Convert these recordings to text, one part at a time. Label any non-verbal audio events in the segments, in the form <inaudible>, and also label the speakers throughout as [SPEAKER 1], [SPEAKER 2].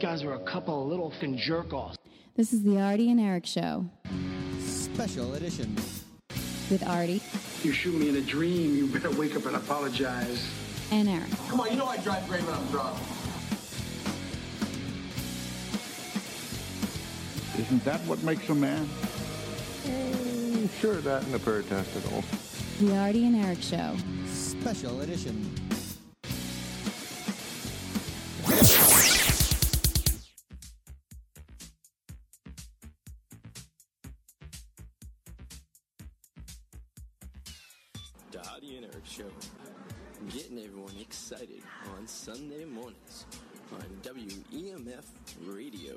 [SPEAKER 1] guys were a couple of little fin jerk offs.
[SPEAKER 2] This is the Artie and Eric Show
[SPEAKER 3] Special edition.
[SPEAKER 2] with Artie
[SPEAKER 4] You shoot me in a dream, you better wake up and apologize.
[SPEAKER 2] and Eric.
[SPEAKER 5] Come on, you know I drive great when I'm drunk.
[SPEAKER 6] Isn't that what makes a man?
[SPEAKER 7] Sure, that and a pair of testicles.
[SPEAKER 2] The Artie and Eric Show.
[SPEAKER 3] Special edition.
[SPEAKER 8] Dottie and Eric Show. Getting everyone excited on Sunday mornings on WEMF Radio.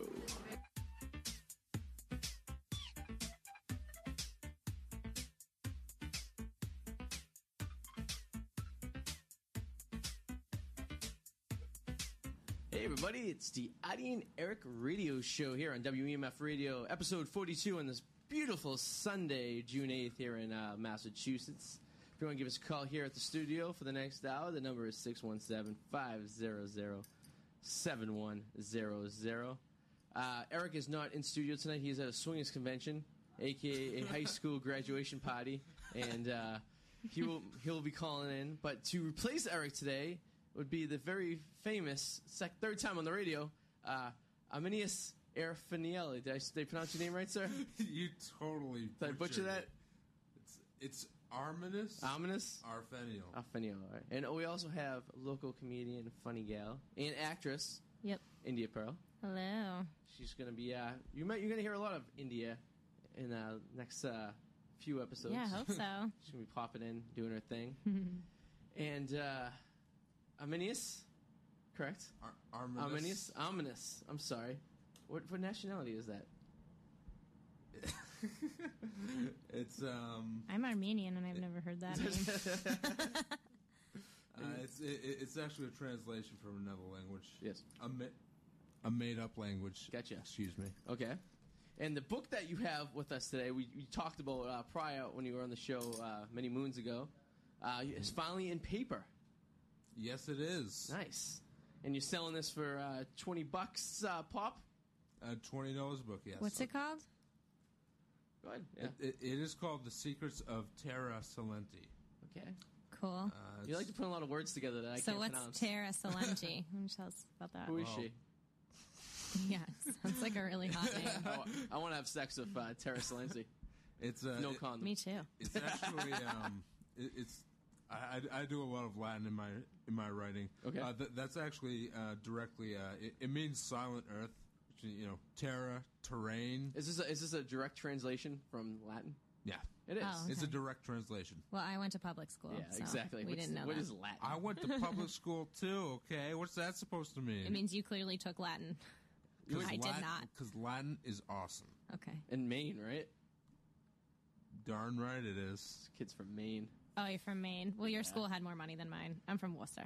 [SPEAKER 8] Hey everybody, it's the Adi and Eric Radio Show here on WEMF Radio, episode 42 on this beautiful Sunday, June 8th here in uh, Massachusetts. If you want to give us a call here at the studio for the next hour, the number is 617-500-7100. Uh, Eric is not in studio tonight. He is at a swingers convention, aka a high school graduation party, and uh, he will he'll be calling in. But to replace Eric today would be the very famous sec- third time on the radio, uh, Aminius Erfanielli. Did I s- did I pronounce your name right, sir?
[SPEAKER 9] <laughs> you totally
[SPEAKER 8] Did I butcher
[SPEAKER 9] butchered
[SPEAKER 8] that?
[SPEAKER 9] it. It's Arminus
[SPEAKER 8] Ominous.
[SPEAKER 9] Arfenial.
[SPEAKER 8] Alfenial, all right. And we also have local comedian, funny gal, and actress,
[SPEAKER 10] Yep.
[SPEAKER 8] India Pearl.
[SPEAKER 10] Hello.
[SPEAKER 8] She's gonna be. Uh, you might, you're gonna hear a lot of India in uh, next uh, few episodes.
[SPEAKER 10] yeah, I hope
[SPEAKER 8] <laughs>
[SPEAKER 10] so.
[SPEAKER 8] She's gonna be popping in, doing her thing.
[SPEAKER 10] <laughs>
[SPEAKER 8] and uh, Aminius, correct?
[SPEAKER 9] Ar- Arminus.
[SPEAKER 8] Aminius, Ominous. I'm sorry. What, what nationality is that?
[SPEAKER 9] It's
[SPEAKER 8] <laughs>
[SPEAKER 9] um. <laughs>
[SPEAKER 10] I'm Armenian and I've never heard that name.
[SPEAKER 9] Uh, it's it, it- it's actually a translation from another language.
[SPEAKER 8] Yes.
[SPEAKER 9] A, mi- a made up language.
[SPEAKER 8] Gotcha.
[SPEAKER 9] Excuse me.
[SPEAKER 8] Okay. And the book that you have with us today, we, we talked about uh, prior when you were on the show uh, many moons ago, uh, is finally in paper.
[SPEAKER 9] Yes, it is.
[SPEAKER 8] Nice. And you're selling this for uh, 20 bucks uh, pop?
[SPEAKER 9] A twenty dollars book. Yes. Uh,
[SPEAKER 10] What's it called?
[SPEAKER 8] Go ahead. Yeah.
[SPEAKER 9] It, it, it is called The Secrets of Terra Salenti.
[SPEAKER 8] Okay.
[SPEAKER 10] Cool.
[SPEAKER 9] Uh,
[SPEAKER 8] You like to put a lot of words together that I
[SPEAKER 10] so
[SPEAKER 8] can't pronounce. <laughs>
[SPEAKER 10] what's Tara Salenti? Can you tell us about that?
[SPEAKER 8] Who is
[SPEAKER 9] Wow.
[SPEAKER 8] she?
[SPEAKER 10] <laughs> Yeah, sounds like a really
[SPEAKER 8] <laughs>
[SPEAKER 10] hot name.
[SPEAKER 8] Oh, I want to have sex with uh, Tara Salenzi.
[SPEAKER 9] it's a
[SPEAKER 8] No
[SPEAKER 9] Uh, it-
[SPEAKER 8] condom.
[SPEAKER 10] Me too.
[SPEAKER 9] It's actually um, it, it's I, I, I do a lot of Latin in my in my writing.
[SPEAKER 8] Okay.
[SPEAKER 9] uh, th- that's actually uh, directly uh, it, it means silent earth. which, You know, terra, terrain.
[SPEAKER 8] Is this, a, is this a direct translation from Latin?
[SPEAKER 9] Yeah,
[SPEAKER 8] It is.
[SPEAKER 10] Oh.
[SPEAKER 9] it's a
[SPEAKER 10] Okay.
[SPEAKER 9] direct translation.
[SPEAKER 10] Well, I went to public school.
[SPEAKER 8] Yeah,
[SPEAKER 10] so
[SPEAKER 8] exactly.
[SPEAKER 10] We
[SPEAKER 8] What's-
[SPEAKER 10] didn't know
[SPEAKER 8] What
[SPEAKER 10] that.
[SPEAKER 8] is Latin?
[SPEAKER 9] I went to
[SPEAKER 8] <laughs>
[SPEAKER 9] public school too. Okay, what's that supposed to mean?
[SPEAKER 10] It means you clearly took Latin. I did not.
[SPEAKER 9] because Latin is awesome.
[SPEAKER 10] Okay.
[SPEAKER 8] In Maine, right?
[SPEAKER 9] Darn right it is.
[SPEAKER 8] Kids
[SPEAKER 9] <laughs>
[SPEAKER 8] from Maine.
[SPEAKER 10] Oh, you're from Maine. Well, your school had more money than mine. I'm from Worcester.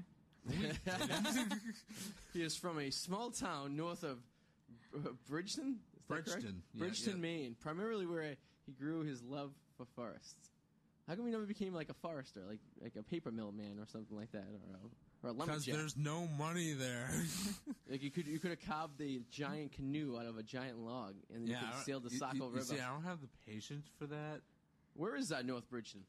[SPEAKER 8] He is from a small town north of Br- Bridgeton. Is that correct?
[SPEAKER 9] Bridgeton. Yeah,
[SPEAKER 8] Bridgeton,
[SPEAKER 9] yeah.
[SPEAKER 8] Maine. Primarily where he grew his love for forests. How come he never became like a forester, like like a paper mill man or something like that, or a, or a
[SPEAKER 9] Because
[SPEAKER 8] lumberjack?
[SPEAKER 9] there's no money there.
[SPEAKER 8] Like you could you could have carved the giant canoe out of a giant log, and <laughs> you
[SPEAKER 9] I
[SPEAKER 8] could have
[SPEAKER 9] don't-
[SPEAKER 8] sailed the
[SPEAKER 9] you-
[SPEAKER 8] Saco
[SPEAKER 9] you- you
[SPEAKER 8] River.
[SPEAKER 9] See, I don't have the patience for that.
[SPEAKER 8] Where is that North Bridgeton?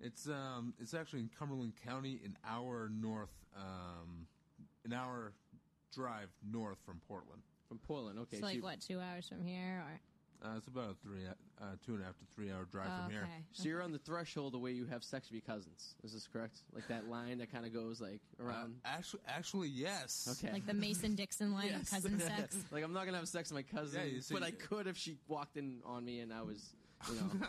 [SPEAKER 9] It's um, it's actually in Cumberland County, an hour north, um, an hour drive north from Portland.
[SPEAKER 8] From Portland. Okay,
[SPEAKER 10] It's
[SPEAKER 8] so
[SPEAKER 10] like
[SPEAKER 8] you-
[SPEAKER 10] what, two hours from here? Or
[SPEAKER 9] Uh, it's about a three, uh, two and a half to three hour drive
[SPEAKER 10] oh,
[SPEAKER 9] from here.
[SPEAKER 10] okay.
[SPEAKER 8] So you're on the threshold of where you have sex with your cousins. Is this correct? Like that line that kind of goes like
[SPEAKER 9] Uh,
[SPEAKER 8] around.
[SPEAKER 9] Actually, actually, yes.
[SPEAKER 8] okay.
[SPEAKER 10] Like the Mason Dixon line
[SPEAKER 8] Yes. <laughs>
[SPEAKER 10] of cousin sex.
[SPEAKER 8] Like I'm not gonna have sex with my cousin,
[SPEAKER 9] Yeah, you see-
[SPEAKER 8] but I could if she walked in on me and I was, you know,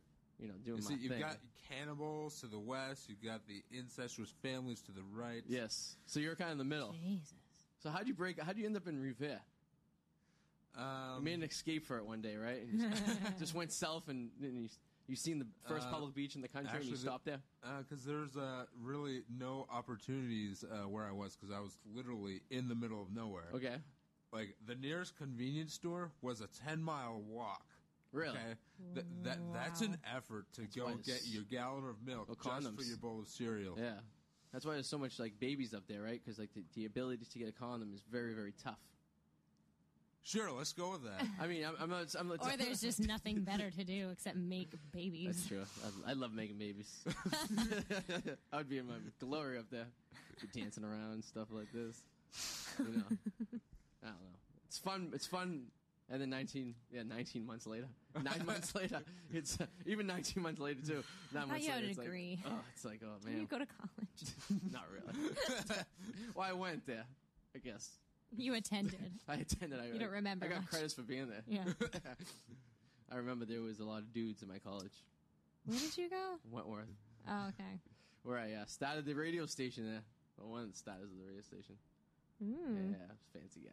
[SPEAKER 9] <laughs>
[SPEAKER 8] you know, doing
[SPEAKER 9] You
[SPEAKER 8] my
[SPEAKER 9] see, you've
[SPEAKER 8] thing.
[SPEAKER 9] got cannibals to the west. You've got the incestuous families to the right.
[SPEAKER 8] yes. So you're kind of in the middle.
[SPEAKER 10] Jesus.
[SPEAKER 8] So how'd you break? How'd you end up in Revere? I
[SPEAKER 9] Um,
[SPEAKER 8] made an escape for it one day, right? And
[SPEAKER 10] <laughs>
[SPEAKER 8] just, <laughs> just went south and, and you you seen the first
[SPEAKER 9] Uh,
[SPEAKER 8] public beach in the country and
[SPEAKER 9] actually,
[SPEAKER 8] you
[SPEAKER 9] the-
[SPEAKER 8] stopped there.
[SPEAKER 9] because there's uh, really no opportunities uh, where I was because I was literally in the middle of nowhere.
[SPEAKER 8] Okay.
[SPEAKER 9] like the nearest convenience store was a 10 mile walk
[SPEAKER 8] Really?
[SPEAKER 9] Th- that that's an effort to go
[SPEAKER 8] why
[SPEAKER 9] get
[SPEAKER 8] it's-
[SPEAKER 9] your gallon of milk
[SPEAKER 8] Oh,
[SPEAKER 9] just for
[SPEAKER 8] condoms.
[SPEAKER 9] your bowl of cereal.
[SPEAKER 8] Yeah. That's why there's so much like babies up there, right? Because like the, the ability to get a condom is very very tough.
[SPEAKER 9] Sure, let's go with that.
[SPEAKER 8] I mean, I'm, I'm not. I'm not <laughs>
[SPEAKER 10] Or there's just nothing better to do except make
[SPEAKER 8] That's
[SPEAKER 10] babies.
[SPEAKER 8] true. I, I love making babies. <laughs> I would be in my glory up there, be dancing around and stuff like this. You know,
[SPEAKER 10] <laughs>
[SPEAKER 8] I don't know. It's fun. It's fun. And then 19, yeah, 19 months later,
[SPEAKER 10] <laughs>
[SPEAKER 8] nine months later, it's uh, even 19 months later too. Nine months
[SPEAKER 10] yeah, I
[SPEAKER 8] later,
[SPEAKER 10] would
[SPEAKER 8] it's
[SPEAKER 10] agree.
[SPEAKER 8] Like, oh, it's like, oh
[SPEAKER 10] You
[SPEAKER 8] man,
[SPEAKER 10] go to college.
[SPEAKER 8] <laughs> not really. <laughs> well, I went there. I guess
[SPEAKER 10] You attended.
[SPEAKER 8] I attended. I,
[SPEAKER 10] You don't remember
[SPEAKER 8] I got
[SPEAKER 10] much.
[SPEAKER 8] credits for being there.
[SPEAKER 10] Yeah.
[SPEAKER 8] <laughs> I remember there was a lot of dudes in my college,
[SPEAKER 10] Where did you go?
[SPEAKER 8] Wentworth.
[SPEAKER 10] Oh, okay.
[SPEAKER 8] where I uh, started the radio station there. Well, one of the starters of the radio station.
[SPEAKER 10] Hmm. Mm-hmm.
[SPEAKER 8] Yeah, I was a fancy guy.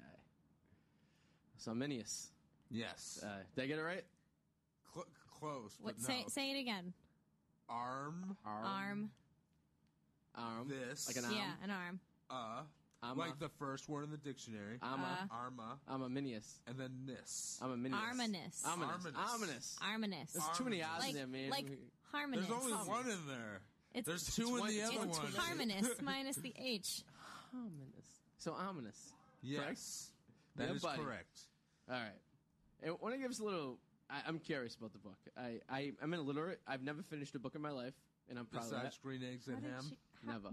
[SPEAKER 8] Somnius.
[SPEAKER 9] yes.
[SPEAKER 8] Uh, did I get it right?
[SPEAKER 9] Cl- close.
[SPEAKER 10] What?
[SPEAKER 9] but
[SPEAKER 10] Say
[SPEAKER 9] no.
[SPEAKER 10] say it again.
[SPEAKER 9] arm
[SPEAKER 10] Arm.
[SPEAKER 8] Arm.
[SPEAKER 9] this
[SPEAKER 8] Like an arm.
[SPEAKER 10] Yeah, an arm.
[SPEAKER 9] uh,
[SPEAKER 8] I'm
[SPEAKER 9] like
[SPEAKER 8] a-
[SPEAKER 9] the first word in the dictionary.
[SPEAKER 8] I'm a.
[SPEAKER 10] Uh.
[SPEAKER 9] Arma,
[SPEAKER 8] I'm a minius.
[SPEAKER 9] and then nis.
[SPEAKER 8] I'm a minius. Ominous.
[SPEAKER 10] Arminus.
[SPEAKER 9] Arminous.
[SPEAKER 8] Ominous.
[SPEAKER 10] Arminous.
[SPEAKER 8] There's too many R's
[SPEAKER 10] Like
[SPEAKER 8] in there, man.
[SPEAKER 10] like harmonious.
[SPEAKER 9] There's only one in there.
[SPEAKER 10] It's-
[SPEAKER 9] There's two in
[SPEAKER 8] one-
[SPEAKER 9] the
[SPEAKER 8] it's
[SPEAKER 9] other
[SPEAKER 10] It's
[SPEAKER 9] one. <laughs>
[SPEAKER 10] harmonious minus the H.
[SPEAKER 8] ominous. So ominous.
[SPEAKER 9] Yes, that
[SPEAKER 8] Yeah,
[SPEAKER 9] is
[SPEAKER 8] buddy.
[SPEAKER 9] correct.
[SPEAKER 8] All right. And want to give us a little. I, I'm curious about the book. I, I I'm illiterate. I've never finished a book in my life, and I'm proud
[SPEAKER 9] Besides green eggs and ham.
[SPEAKER 8] how- Never.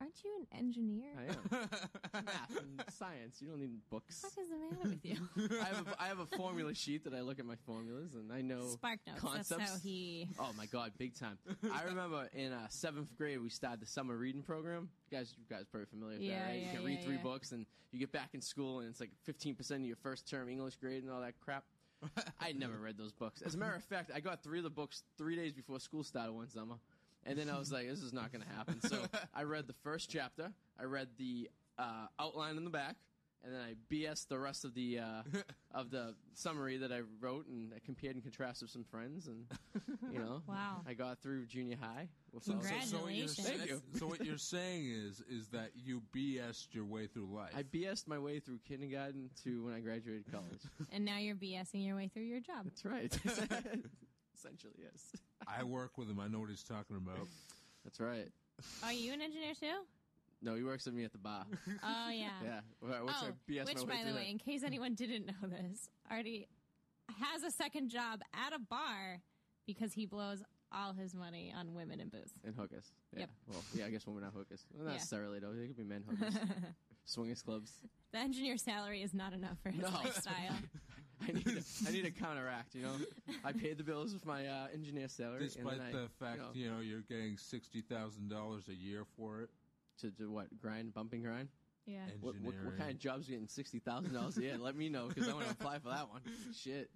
[SPEAKER 10] aren't you an engineer?
[SPEAKER 8] of that.
[SPEAKER 9] <laughs>
[SPEAKER 8] I am math and science. You don't need books.
[SPEAKER 10] What is the matter with you?
[SPEAKER 8] I have,
[SPEAKER 10] <laughs>
[SPEAKER 8] a, I have a formula sheet that I look at my formulas and I know
[SPEAKER 10] Spark notes.
[SPEAKER 8] concepts.
[SPEAKER 10] That's how he.
[SPEAKER 8] Oh my god, big time!
[SPEAKER 10] <laughs>
[SPEAKER 8] I remember in uh, seventh grade we started the summer reading program. You guys, you guys are pretty familiar with
[SPEAKER 10] Yeah,
[SPEAKER 8] that, right?
[SPEAKER 10] yeah,
[SPEAKER 8] you can
[SPEAKER 10] yeah,
[SPEAKER 8] read three
[SPEAKER 10] yeah.
[SPEAKER 8] books and you get back in school and it's like fifteen percent of your first term English grade and all that crap.
[SPEAKER 10] <laughs>
[SPEAKER 8] I had never read those books. As a matter of fact, I got three of the books three days before school started one summer, and then I was like, "This is not going to happen."
[SPEAKER 10] <laughs>
[SPEAKER 8] So I read the first chapter. I read the uh, outline in the back, and then I BS the rest of the uh, of the summary that I wrote, and I compared and contrasted with some
[SPEAKER 9] <laughs>
[SPEAKER 8] friends, and you know,
[SPEAKER 10] Wow.
[SPEAKER 8] I got through junior high. with all- <laughs>
[SPEAKER 10] Congrats.
[SPEAKER 9] So what you're
[SPEAKER 10] Congratulations.
[SPEAKER 9] saying-
[SPEAKER 8] Thank you.
[SPEAKER 9] so what you're saying is is that you BS'd your way through life.
[SPEAKER 8] I BS'd my way through kindergarten to when I
[SPEAKER 9] <laughs>
[SPEAKER 8] graduated college.
[SPEAKER 10] And now you're BSing your way through your job.
[SPEAKER 8] That's right. Essentially, yes.
[SPEAKER 9] I work with him. I know what he's talking
[SPEAKER 8] <laughs>
[SPEAKER 9] about.
[SPEAKER 8] That's right.
[SPEAKER 10] Are you an engineer too?
[SPEAKER 8] No, he works with me at
[SPEAKER 9] <laughs>
[SPEAKER 8] the bar.
[SPEAKER 10] Oh yeah.
[SPEAKER 8] Yeah. Well, Which
[SPEAKER 10] oh,
[SPEAKER 8] I BS
[SPEAKER 10] which
[SPEAKER 8] my way
[SPEAKER 10] by the
[SPEAKER 8] through
[SPEAKER 10] way, in case anyone didn't know this, Artie has a second job at a bar because he blows all his money on women and booze.
[SPEAKER 8] that. And hookers. Yeah.
[SPEAKER 10] Yep.
[SPEAKER 8] Well, yeah, I guess women are hookers. Well, not
[SPEAKER 10] Yeah.
[SPEAKER 8] necessarily, though. They could be men hookers. Swingers clubs.
[SPEAKER 10] <laughs> The engineer salary is not enough for his
[SPEAKER 8] No.
[SPEAKER 10] lifestyle.
[SPEAKER 8] I need, a, I need a counteract, you know? I paid the bills with my uh, engineer salary. and
[SPEAKER 9] Despite
[SPEAKER 8] then I,
[SPEAKER 9] the fact
[SPEAKER 8] you know,
[SPEAKER 9] you know you're getting sixty thousand dollars a year for it.
[SPEAKER 8] to, to what? Grind, bump and grind?
[SPEAKER 10] yeah.
[SPEAKER 8] What, what, what
[SPEAKER 9] Engineering.
[SPEAKER 8] kind of job's getting sixty thousand dollars a year? Let me know because I want to apply for that one. Shit.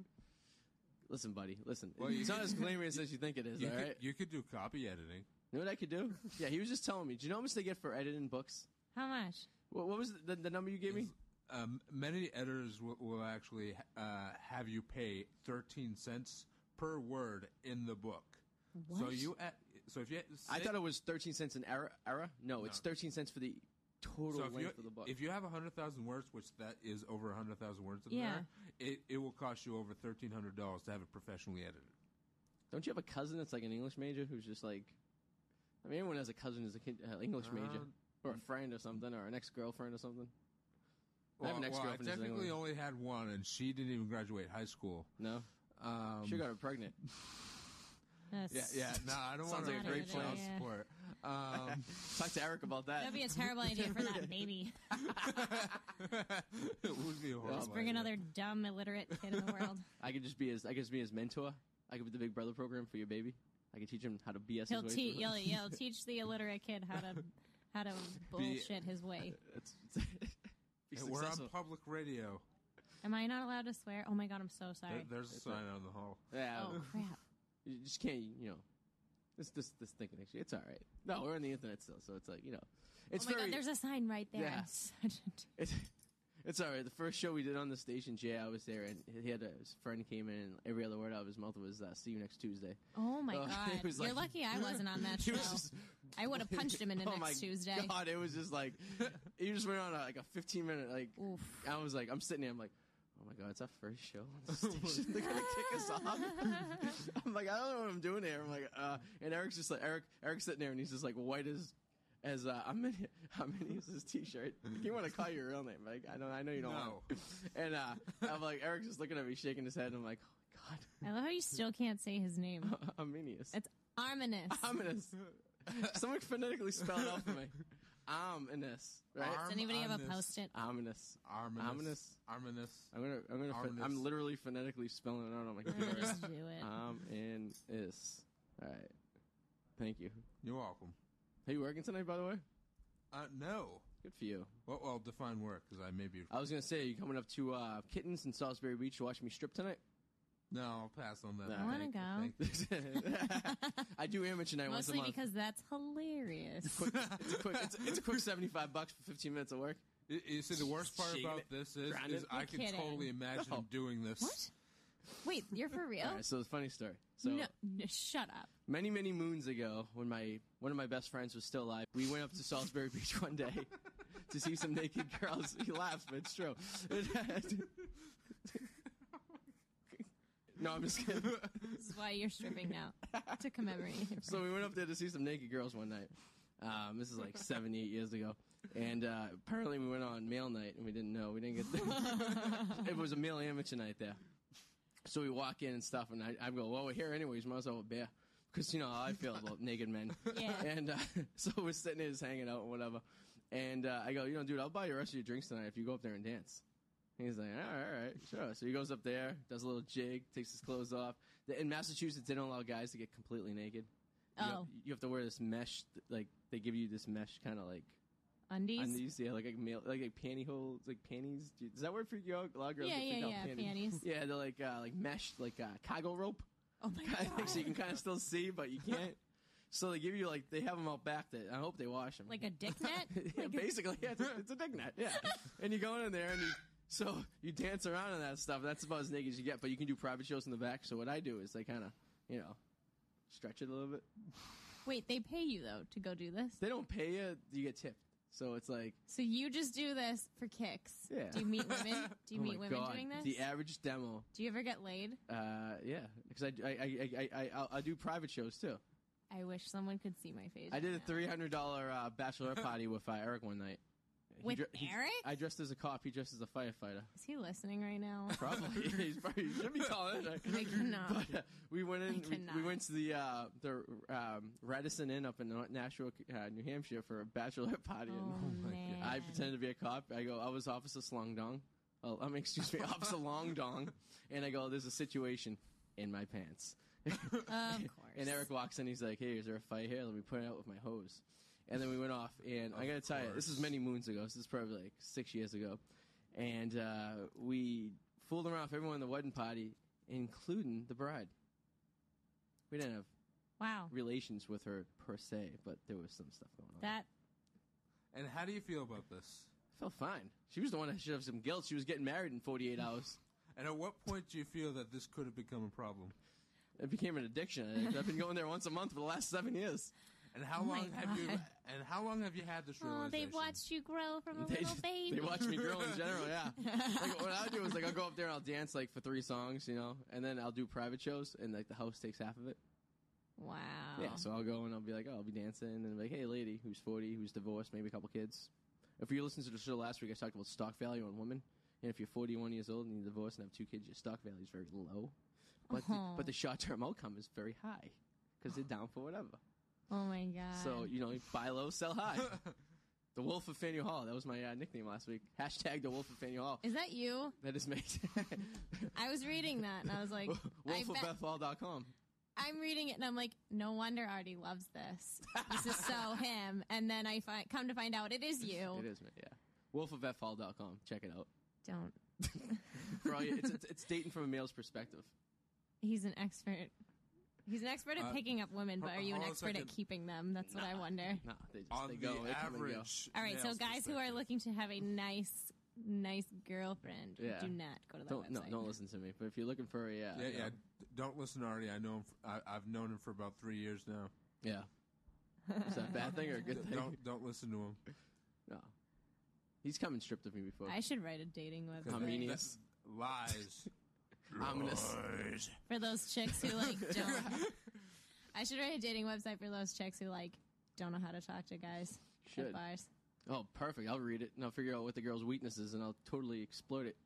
[SPEAKER 8] Listen, buddy. Listen,
[SPEAKER 9] Well, you
[SPEAKER 8] it's not
[SPEAKER 9] could-
[SPEAKER 8] as glamorous as you think it is.
[SPEAKER 9] You
[SPEAKER 8] all
[SPEAKER 9] could,
[SPEAKER 8] right.
[SPEAKER 9] you could do copy editing.
[SPEAKER 8] You know what I could do? Yeah, he was just telling me. Do you know how much they get for editing books?
[SPEAKER 10] How much?
[SPEAKER 8] What, what was the, the, the number you gave me?
[SPEAKER 9] Um, many editors will, will actually uh, have you pay thirteen cents per word in the book. So you at, so if you
[SPEAKER 8] I thought it was thirteen cents an era. Era? No, it's thirteen cents for the total
[SPEAKER 9] so if you,
[SPEAKER 8] length of the book.
[SPEAKER 9] if you have hundred thousand words, which that is over hundred thousand words in
[SPEAKER 10] Yeah.
[SPEAKER 9] there, it, it will cost you over thirteen hundred dollars to have it professionally edited.
[SPEAKER 8] Don't you have a cousin that's like an English major who's just like? I mean, everyone has a cousin who's an uh, English major,
[SPEAKER 9] Um,
[SPEAKER 8] or a friend or something, or an ex girlfriend or something. I have an
[SPEAKER 9] Well, well,
[SPEAKER 8] ex-girlfriend who's an
[SPEAKER 9] technically
[SPEAKER 8] English-
[SPEAKER 9] only had one, and she didn't even graduate high school.
[SPEAKER 8] No,
[SPEAKER 9] Um,
[SPEAKER 8] she got her pregnant.
[SPEAKER 10] That's-
[SPEAKER 9] yeah, yeah. No, I don't want
[SPEAKER 8] Sounds
[SPEAKER 9] to
[SPEAKER 8] like a
[SPEAKER 9] pay
[SPEAKER 8] great
[SPEAKER 9] child
[SPEAKER 10] plan.
[SPEAKER 9] support. Um, <laughs>
[SPEAKER 8] Talk to Eric about that.
[SPEAKER 10] That'd be a terrible idea for that baby.
[SPEAKER 9] it would be horrible.
[SPEAKER 10] Bring another dumb, illiterate kid in the world.
[SPEAKER 8] I could just be his. I could just be his mentor. I could be the big brother program for your baby. I could teach him how to BS
[SPEAKER 10] He'll,
[SPEAKER 8] his way.
[SPEAKER 10] te-
[SPEAKER 8] through. <laughs>
[SPEAKER 10] he'll, he'll teach the illiterate kid how to how to bullshit his way.
[SPEAKER 8] It's- <laughs> it's- be
[SPEAKER 9] Hey, we're on
[SPEAKER 8] successful.
[SPEAKER 9] public radio.
[SPEAKER 10] Am I not allowed to swear? Oh my god, I'm so
[SPEAKER 9] There-
[SPEAKER 10] sorry.
[SPEAKER 9] there's a sign on the hall.
[SPEAKER 8] yeah,
[SPEAKER 10] Oh crap.
[SPEAKER 8] you just can't. You know, this this this thing next year. It's all right. No, we're on the internet still, so it's like you know, it's
[SPEAKER 10] oh my
[SPEAKER 8] very.
[SPEAKER 10] god, there's a sign right there.
[SPEAKER 8] Yeah.
[SPEAKER 10] I'm such a d-
[SPEAKER 8] it's, <laughs> it's all right. The first show we did on the station, Jay, I was there, and he had a, his friend came in, and every other word out of his mouth was uh, "See you next Tuesday."
[SPEAKER 10] <laughs> Oh my
[SPEAKER 8] Oh, <laughs> it
[SPEAKER 10] god.
[SPEAKER 8] was
[SPEAKER 10] You're
[SPEAKER 8] like-
[SPEAKER 10] lucky I wasn't on that
[SPEAKER 8] He
[SPEAKER 10] show.
[SPEAKER 8] was just-
[SPEAKER 10] I
[SPEAKER 8] <laughs>
[SPEAKER 10] would have punched him in the
[SPEAKER 8] oh
[SPEAKER 10] next
[SPEAKER 8] my
[SPEAKER 10] Tuesday.
[SPEAKER 8] God, it was just like you just went on a, like a 15 minute like.
[SPEAKER 10] Oof.
[SPEAKER 8] I was like, I'm sitting there, I'm like, oh my god, it's our first show on
[SPEAKER 10] <laughs>
[SPEAKER 8] the station. They're gonna kick us off. <laughs> I'm like, I don't know what I'm doing here. I'm like, uh, and Eric's just like Eric. Eric's sitting there and he's just like white as as uh, I'm <laughs> in I'm in his T-shirt. You want to call your real name, but I, I don't. I know you don't.
[SPEAKER 9] No.
[SPEAKER 8] Want it. <laughs> And uh, I'm like Eric's just looking at me, shaking his head, and I'm like, oh,
[SPEAKER 10] I love how you still can't say
[SPEAKER 8] <laughs>
[SPEAKER 10] his name.
[SPEAKER 8] God, Arminius.
[SPEAKER 10] It's
[SPEAKER 8] <laughs>
[SPEAKER 10] Arminus.
[SPEAKER 8] Ominous. Someone phonetically spelled it out for me. Ominous, right?
[SPEAKER 10] Does anybody have a
[SPEAKER 9] Arminus.
[SPEAKER 10] post-it?
[SPEAKER 8] Ominous.
[SPEAKER 9] Arminous.
[SPEAKER 8] Ominous.
[SPEAKER 9] Arminous.
[SPEAKER 8] I'm gonna, I'm gonna, pho-
[SPEAKER 9] Ominous.
[SPEAKER 8] I'm literally phonetically spelling it out on my
[SPEAKER 10] Uh,
[SPEAKER 8] computer. <laughs>
[SPEAKER 10] Just do it.
[SPEAKER 8] um and is. All right. Thank you.
[SPEAKER 9] You're welcome.
[SPEAKER 8] Are you working tonight, by the way?
[SPEAKER 9] Uh, no.
[SPEAKER 8] Good for you.
[SPEAKER 9] Well, well define work, because I may be.
[SPEAKER 8] I was gonna say, you coming up to uh, Kittens in Salisbury Beach to watch me strip tonight? <laughs>
[SPEAKER 9] no, I'll pass on that.
[SPEAKER 8] I
[SPEAKER 10] wanna
[SPEAKER 9] Thank-
[SPEAKER 10] go.
[SPEAKER 9] thank-
[SPEAKER 8] I do amateur night once a
[SPEAKER 10] Mostly
[SPEAKER 8] month.
[SPEAKER 10] because that's hilarious.
[SPEAKER 8] it's, a <laughs> quick, it's, it's a quick seventy-five bucks for fifteen minutes of work.
[SPEAKER 9] <laughs> You- You see, the worst part
[SPEAKER 8] Shame
[SPEAKER 9] about
[SPEAKER 8] it.
[SPEAKER 9] this is,
[SPEAKER 8] Grind
[SPEAKER 9] is
[SPEAKER 8] it.
[SPEAKER 9] I
[SPEAKER 10] You're
[SPEAKER 9] can
[SPEAKER 10] kidding.
[SPEAKER 9] totally imagine him doing this.
[SPEAKER 10] What? Wait, you're for real?
[SPEAKER 8] All right, so the funny story. So
[SPEAKER 10] Oh. no, no, shut up.
[SPEAKER 8] many many moons ago when my one of my best friends was still alive we went up to salisbury beach one day to see some naked girls he laughs but it's true no i'm just kidding
[SPEAKER 10] This is why you're
[SPEAKER 8] <laughs>
[SPEAKER 10] stripping now to commemorate. your friend.
[SPEAKER 8] so we went up there to see some naked girls one night um, this is like seven eight years ago and uh, apparently we went on male night and we didn't know we didn't get <laughs> it was a male amateur night there so we walk in and stuff and i, I go well we're here anyways might as well have a beer because you know how i feel about naked men
[SPEAKER 10] Yeah.
[SPEAKER 8] <laughs> and uh, so we're sitting there just hanging out and whatever. And uh, I go, you know, dude, I'll buy you the rest of your drinks tonight if you go up there and dance. And He's like, all right, all right, sure. So he goes up there, does a little jig, takes his clothes off. The- In Massachusetts, they don't allow guys to get completely naked. You have,
[SPEAKER 10] Oh.
[SPEAKER 8] you have to wear this mesh, th- like they give you this mesh kind of like
[SPEAKER 10] Undies?
[SPEAKER 8] undies, yeah, like a male, like a pantyhose, like panties. Do- Does that word freak you out? A lot of girls
[SPEAKER 10] Yeah,
[SPEAKER 8] get freaked
[SPEAKER 10] yeah,
[SPEAKER 8] out
[SPEAKER 10] yeah,
[SPEAKER 8] panties.
[SPEAKER 10] panties.
[SPEAKER 8] <laughs> Yeah, they're like uh, like mesh, like uh, cargo rope.
[SPEAKER 10] Oh
[SPEAKER 8] <laughs>
[SPEAKER 10] my
[SPEAKER 8] I think
[SPEAKER 10] god.
[SPEAKER 8] so you can kind of still see, but you can't. so they give you like they have them out back. That I hope they wash them.
[SPEAKER 10] Like a dick
[SPEAKER 8] <laughs>
[SPEAKER 10] net?
[SPEAKER 8] yeah, basically, yeah, it's, it's a dick net.
[SPEAKER 10] <laughs>
[SPEAKER 8] Yeah, and you go in there and you so you dance around and that stuff. That's about as naked as you get. But you can do private shows in the back. So what I do is I kind of you know stretch it a little bit.
[SPEAKER 10] Wait, they pay you though to go do this.
[SPEAKER 8] They don't pay you. You get tipped. So it's like
[SPEAKER 10] So you just do this for kicks.
[SPEAKER 8] Yeah.
[SPEAKER 10] Do
[SPEAKER 8] <laughs>
[SPEAKER 10] you meet women? Do you
[SPEAKER 8] oh
[SPEAKER 10] meet
[SPEAKER 8] my
[SPEAKER 10] women
[SPEAKER 8] God,
[SPEAKER 10] doing this?
[SPEAKER 8] the average demo.
[SPEAKER 10] do you ever get laid?
[SPEAKER 8] Uh, yeah, because I, I, I, I, I, I, I do private shows too.
[SPEAKER 10] I wish someone could see my face.
[SPEAKER 8] I did a
[SPEAKER 10] right now.
[SPEAKER 8] three hundred dollar uh, bachelorette party with uh, Eric one night. He
[SPEAKER 10] With
[SPEAKER 8] dre- he-
[SPEAKER 10] Eric?
[SPEAKER 8] I dressed as a cop. He dressed as a firefighter.
[SPEAKER 10] Is he listening right now?
[SPEAKER 8] <laughs> Probably he's probably he should be calling. Right?
[SPEAKER 10] I cannot.
[SPEAKER 8] <laughs> But, uh, we went in. we- We,
[SPEAKER 10] cannot.
[SPEAKER 8] went to the uh, the um, Radisson Inn up in Nashua, uh, New Hampshire, for a bachelorette <laughs> party. and
[SPEAKER 10] Oh, man.
[SPEAKER 8] I pretended to be a cop. I go, I was Officer Slong Dong. Oh, I mean, <laughs> excuse me, Officer Long Dong. And I go, there's a situation in my pants. <laughs>
[SPEAKER 10] Of course.
[SPEAKER 8] And Eric walks in. He's like, "Hey, is there a fight here? Let me put it out with my hose." And then we went off. And I gotta tell you, this is many moons ago. So this is probably like six years ago. And uh, we fooled around with everyone in the wedding party, including the bride. We didn't have
[SPEAKER 10] Wow.
[SPEAKER 8] relations with her per se, but there was some stuff going on.
[SPEAKER 10] That oh,
[SPEAKER 9] And how do you feel about this?
[SPEAKER 8] felt Oh, fine. She was the one that should have some guilt. She was getting married in 48 hours.
[SPEAKER 9] And at what point do you feel that this could have become a problem?
[SPEAKER 8] It became an addiction. I've been going there once a month for the last seven
[SPEAKER 10] <laughs>
[SPEAKER 8] years.
[SPEAKER 9] And how
[SPEAKER 10] Oh my
[SPEAKER 9] long have you?
[SPEAKER 10] God.
[SPEAKER 9] And how long have you had this
[SPEAKER 10] Oh,
[SPEAKER 9] realization?
[SPEAKER 10] they watched you grow from a little baby.
[SPEAKER 8] They watch me grow in general, yeah. Like, what I'll do is like I'll go up there and I'll dance like for three songs, you know, and then I'll do private shows and like the house takes half of it.
[SPEAKER 10] <laughs> Wow.
[SPEAKER 8] Yeah, so I'll go and I'll be like, oh, I'll be dancing and be like, hey, lady who's forty, who's divorced, maybe a couple kids. If you listen to the show last week, I talked about stock value on women. And if you're 41 years old and you're divorced and have two kids, your stock value is very low, but the,
[SPEAKER 10] Oh.
[SPEAKER 8] but the short-term outcome is very high because they're down for whatever.
[SPEAKER 10] oh my god.
[SPEAKER 8] So you know, buy low, sell high.
[SPEAKER 10] <laughs>
[SPEAKER 8] the Wolf of Faneuil Hall. That was my uh, nickname last week. Hashtag the Wolf of Faneuil Hall.
[SPEAKER 10] is that you?
[SPEAKER 8] That is made.
[SPEAKER 10] I was reading that and I
[SPEAKER 8] <laughs>
[SPEAKER 10] was like, I bet
[SPEAKER 8] WolfofBethHall.com.
[SPEAKER 10] I'm reading it and I'm like, no wonder Artie loves this. This
[SPEAKER 8] <laughs>
[SPEAKER 10] is so him. And then I fi- come to find out it is you.
[SPEAKER 8] It is, ma- yeah. WolfofBethHall.com. Check it out.
[SPEAKER 10] Don't.
[SPEAKER 8] For all you, it's, it's, it's dating from a male's perspective.
[SPEAKER 10] He's an expert. He's an expert at picking up women, but
[SPEAKER 9] ho-
[SPEAKER 10] are you an
[SPEAKER 9] Uh, hold on a
[SPEAKER 10] expert at
[SPEAKER 9] second.
[SPEAKER 10] keeping them? That's what I wonder.
[SPEAKER 8] Nah, they just
[SPEAKER 9] on
[SPEAKER 8] they
[SPEAKER 9] the
[SPEAKER 8] go. they come and go.
[SPEAKER 9] average.
[SPEAKER 10] All right, so
[SPEAKER 9] male's
[SPEAKER 10] guys who are
[SPEAKER 9] perspective.
[SPEAKER 10] looking to
[SPEAKER 9] <laughs>
[SPEAKER 10] have a nice, nice girlfriend,
[SPEAKER 8] Yeah.
[SPEAKER 10] do not go to that
[SPEAKER 8] Don't, no,
[SPEAKER 10] website.
[SPEAKER 8] don't listen to me. But if you're looking for a yeah,
[SPEAKER 9] Yeah,
[SPEAKER 8] no.
[SPEAKER 9] yeah. Don't listen to Artie. I know him. For, I, I've known him for about three years now.
[SPEAKER 8] yeah. Is that a bad thing or
[SPEAKER 9] <laughs>
[SPEAKER 8] a good thing?
[SPEAKER 9] Don't don't listen to him.
[SPEAKER 8] No, he's come and stripped of me before.
[SPEAKER 10] I should write a dating website
[SPEAKER 8] Arminius,
[SPEAKER 9] Lies.
[SPEAKER 8] <laughs> ominous.
[SPEAKER 10] for those chicks
[SPEAKER 9] <laughs>
[SPEAKER 10] who like don't. I should write a dating website for those chicks who like don't know how to talk to guys. at
[SPEAKER 8] Should.
[SPEAKER 10] bars.
[SPEAKER 8] Oh, perfect. I'll read it and I'll figure out what the girl's weakness is and I'll totally exploit it.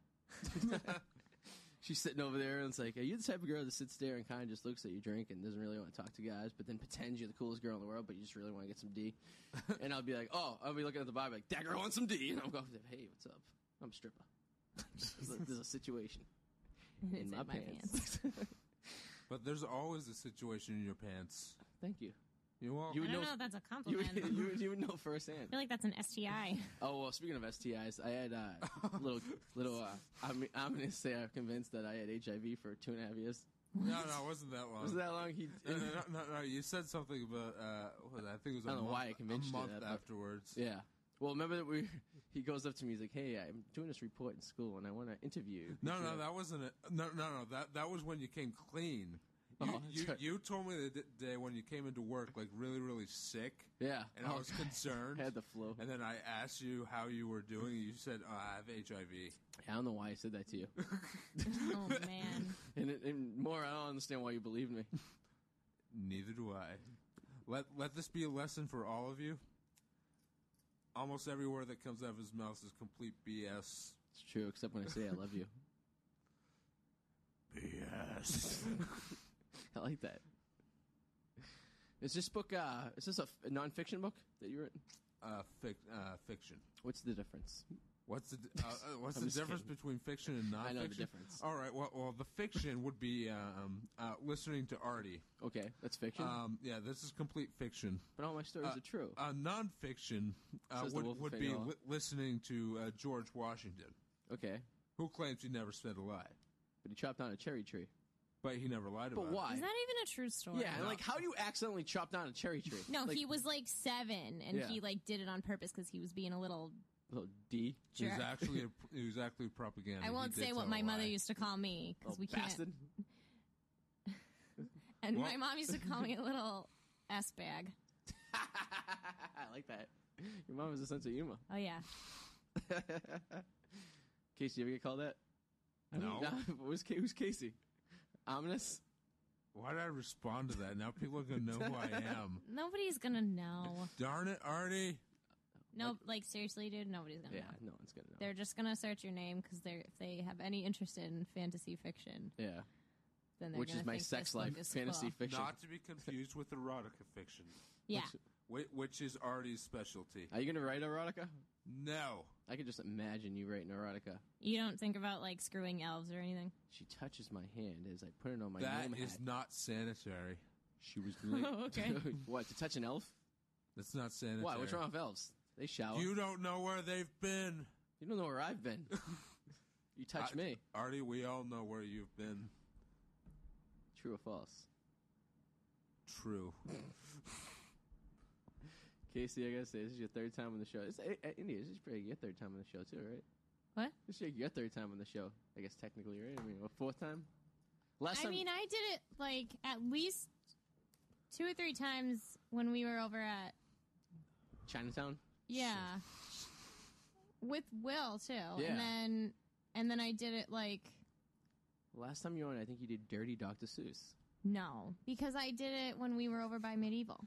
[SPEAKER 8] She's sitting over there and it's like, Are you the type of girl that sits there and kind of just looks at your drink and doesn't really want to talk to guys, but then pretends you're the coolest girl in the world, but you just really want to get some D? and I'll be like, Oh, I'll be looking at the bar, like, That girl wants some D. And I'll go, Hey, what's up? I'm a stripper. There's a- there's a situation in
[SPEAKER 10] It's
[SPEAKER 8] my, pants.
[SPEAKER 9] But there's always a situation in your pants.
[SPEAKER 8] Thank you.
[SPEAKER 9] You won't.
[SPEAKER 8] <laughs> You
[SPEAKER 10] I
[SPEAKER 8] would
[SPEAKER 10] don't
[SPEAKER 8] know.
[SPEAKER 10] know if that's
[SPEAKER 8] <laughs>
[SPEAKER 10] a
[SPEAKER 8] You would,
[SPEAKER 10] compliment.
[SPEAKER 8] you, would,
[SPEAKER 10] I
[SPEAKER 8] you would know firsthand.
[SPEAKER 10] <laughs> feel like that's an
[SPEAKER 8] <laughs>
[SPEAKER 10] STI.
[SPEAKER 8] Oh well, speaking of STIs, I had uh, little little. Uh, I'm I'm gonna say I'm convinced that I had HIV for two and a half years.
[SPEAKER 9] no, no, it wasn't that long.
[SPEAKER 8] Was that long? He
[SPEAKER 9] No, no, no, no, no, You said something about. Uh, what was it? I think it was. a
[SPEAKER 8] I don't know
[SPEAKER 9] month,
[SPEAKER 8] why I convinced
[SPEAKER 9] a
[SPEAKER 8] you
[SPEAKER 9] month
[SPEAKER 8] that, but-
[SPEAKER 9] afterwards.
[SPEAKER 8] <laughs> yeah. Well, remember that we. <laughs> He goes up to me. He's like, "Hey, I'm doing this report in school, and I want to interview." you."
[SPEAKER 9] No, no, that wasn't it. No, no, no. That that was when you came clean. You,
[SPEAKER 8] <laughs> Oh, that's
[SPEAKER 9] you,
[SPEAKER 8] right.
[SPEAKER 9] you told me the d- day when you came into work like really, really sick.
[SPEAKER 8] <laughs> Yeah.
[SPEAKER 9] and
[SPEAKER 8] Oh, <laughs>
[SPEAKER 9] I was concerned.
[SPEAKER 8] had the
[SPEAKER 9] <laughs>
[SPEAKER 8] flu.
[SPEAKER 9] And then I asked you how you were doing. You said oh, I have HIV.
[SPEAKER 8] I don't know why I said that to
[SPEAKER 9] <laughs>
[SPEAKER 8] you,
[SPEAKER 10] oh man,
[SPEAKER 8] and, it- and more, I don't understand why you believed me.
[SPEAKER 9] Neither do I. Let let this be a lesson for all of you. Almost every word that comes out of his mouth is complete BS.
[SPEAKER 8] It's true, except when I say I
[SPEAKER 9] <laughs>
[SPEAKER 8] love you.
[SPEAKER 9] BS.
[SPEAKER 8] I like that. Is this book? Uh, is this a, f- a nonfiction book that you written?
[SPEAKER 9] <laughs> uh, fic- uh, fiction.
[SPEAKER 8] What's the difference?
[SPEAKER 9] What's the d- uh, uh, what's
[SPEAKER 8] I'm
[SPEAKER 9] the
[SPEAKER 8] just
[SPEAKER 9] difference
[SPEAKER 8] kidding.
[SPEAKER 9] between fiction and nonfiction?
[SPEAKER 8] I know the difference.
[SPEAKER 9] All right. Well, well the fiction would be um, uh, listening to Artie.
[SPEAKER 8] Okay, that's fiction.
[SPEAKER 9] Um, yeah, this is complete fiction.
[SPEAKER 8] but all my stories
[SPEAKER 9] uh,
[SPEAKER 8] are true.
[SPEAKER 9] Uh, nonfiction uh,
[SPEAKER 8] Says the
[SPEAKER 9] would
[SPEAKER 8] Wolf of
[SPEAKER 9] would be
[SPEAKER 8] Fayal.
[SPEAKER 9] li- listening to uh, George Washington,
[SPEAKER 8] okay,
[SPEAKER 9] who claims he never said a lie,
[SPEAKER 8] but he chopped down a cherry tree.
[SPEAKER 9] but he never lied
[SPEAKER 8] But
[SPEAKER 9] about
[SPEAKER 8] why?
[SPEAKER 10] is that even a true story?
[SPEAKER 8] yeah, and like how do you accidentally chop down a cherry tree?
[SPEAKER 10] No,
[SPEAKER 8] like,
[SPEAKER 10] he was like seven, and
[SPEAKER 8] Yeah.
[SPEAKER 10] he like did it on purpose because he was being a little
[SPEAKER 8] little D.
[SPEAKER 9] it. It
[SPEAKER 10] jerk.
[SPEAKER 9] was actually a,
[SPEAKER 10] <laughs>
[SPEAKER 9] pr- it was actually propaganda.
[SPEAKER 10] I
[SPEAKER 9] He
[SPEAKER 10] won't
[SPEAKER 9] did
[SPEAKER 10] say what
[SPEAKER 9] tell
[SPEAKER 10] my
[SPEAKER 9] a
[SPEAKER 10] mother
[SPEAKER 9] lie.
[SPEAKER 10] used to call me because
[SPEAKER 8] Little
[SPEAKER 10] we can't.
[SPEAKER 8] Oh,
[SPEAKER 10] <laughs>
[SPEAKER 8] bastard.
[SPEAKER 10] And
[SPEAKER 9] Well-
[SPEAKER 10] my mom used to call me a little s bag.
[SPEAKER 8] I like that. Your mom has a sense of humor. <laughs>
[SPEAKER 10] Oh yeah,
[SPEAKER 8] Casey, you ever get called that? I don't
[SPEAKER 10] <laughs>
[SPEAKER 9] No.
[SPEAKER 8] know. <laughs> Who's, Ca- who's Casey? Ominous.
[SPEAKER 9] Why did I respond to that? Now people are gonna know who I am.
[SPEAKER 10] <laughs> nobody's gonna know.
[SPEAKER 9] Darn it, Artie.
[SPEAKER 10] No, like seriously, dude, nobody's gonna
[SPEAKER 8] Yeah,
[SPEAKER 10] know.
[SPEAKER 8] no one's gonna know.
[SPEAKER 10] They're just gonna search your name because they're if they have any interest in fantasy fiction,
[SPEAKER 8] yeah,
[SPEAKER 10] then they're
[SPEAKER 8] which
[SPEAKER 10] gonna
[SPEAKER 8] is my
[SPEAKER 10] think
[SPEAKER 8] sex
[SPEAKER 10] this
[SPEAKER 8] life,
[SPEAKER 10] book is
[SPEAKER 8] fantasy
[SPEAKER 10] cool.
[SPEAKER 8] fiction.
[SPEAKER 9] Not to be confused with erotica fiction,
[SPEAKER 10] Yeah,
[SPEAKER 9] which, which is Artie's specialty.
[SPEAKER 8] Are you gonna write erotica?
[SPEAKER 9] No.
[SPEAKER 8] I could just imagine you writing erotica.
[SPEAKER 10] you don't think about like screwing elves or anything.
[SPEAKER 8] She touches my hand as I put it on my
[SPEAKER 9] that
[SPEAKER 8] gnome
[SPEAKER 9] is
[SPEAKER 8] hat.
[SPEAKER 9] not sanitary.
[SPEAKER 8] She was late.
[SPEAKER 10] <laughs> okay.
[SPEAKER 8] <laughs> what to touch an elf?
[SPEAKER 9] <laughs> That's not sanitary.
[SPEAKER 8] Why? What's wrong with elves? They shower. You,
[SPEAKER 9] You don't know where they've been.
[SPEAKER 8] don't know where
[SPEAKER 9] <laughs>
[SPEAKER 8] I've been. you touch
[SPEAKER 9] I-
[SPEAKER 8] me.
[SPEAKER 9] Artie, we all know where you've been.
[SPEAKER 8] True or false?
[SPEAKER 9] True.
[SPEAKER 8] Casey, I gotta say, this is your third time on the show. It's, uh, uh, India, this is probably your third time on the show too, right?
[SPEAKER 10] What?
[SPEAKER 8] This is your- your third time on the show, I guess technically, right? I mean, what, fourth time? Last
[SPEAKER 10] I
[SPEAKER 8] time,
[SPEAKER 10] mean, I did it like at least two or three times when we were over at
[SPEAKER 8] Chinatown.
[SPEAKER 10] yeah with Will too,
[SPEAKER 8] Yeah.
[SPEAKER 10] and then and then I did it like
[SPEAKER 8] Last time you were on, I think you did Dirty Dr. Seuss.
[SPEAKER 10] no because I did it when we were over by Medieval.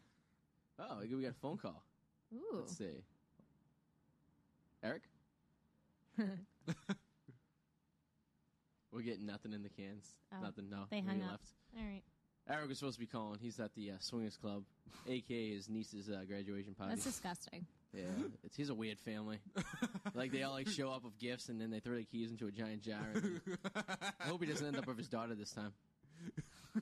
[SPEAKER 8] Oh, we got a phone call.
[SPEAKER 10] Ooh,
[SPEAKER 8] Let's see.
[SPEAKER 10] <laughs>
[SPEAKER 8] Eric? We're getting nothing in the cans.
[SPEAKER 10] Oh,
[SPEAKER 8] nothing, no.
[SPEAKER 10] they
[SPEAKER 8] We
[SPEAKER 10] hung up.
[SPEAKER 8] left.
[SPEAKER 10] all right,
[SPEAKER 8] Eric was supposed to be calling. He's at the uh, Swingers Club, a.k.a. his niece's uh, graduation party.
[SPEAKER 10] that's disgusting.
[SPEAKER 8] Yeah, it's, he's a weird family. like they all like show up with gifts and then they throw the keys into a giant jar. and then- I hope he doesn't end up with his daughter this time.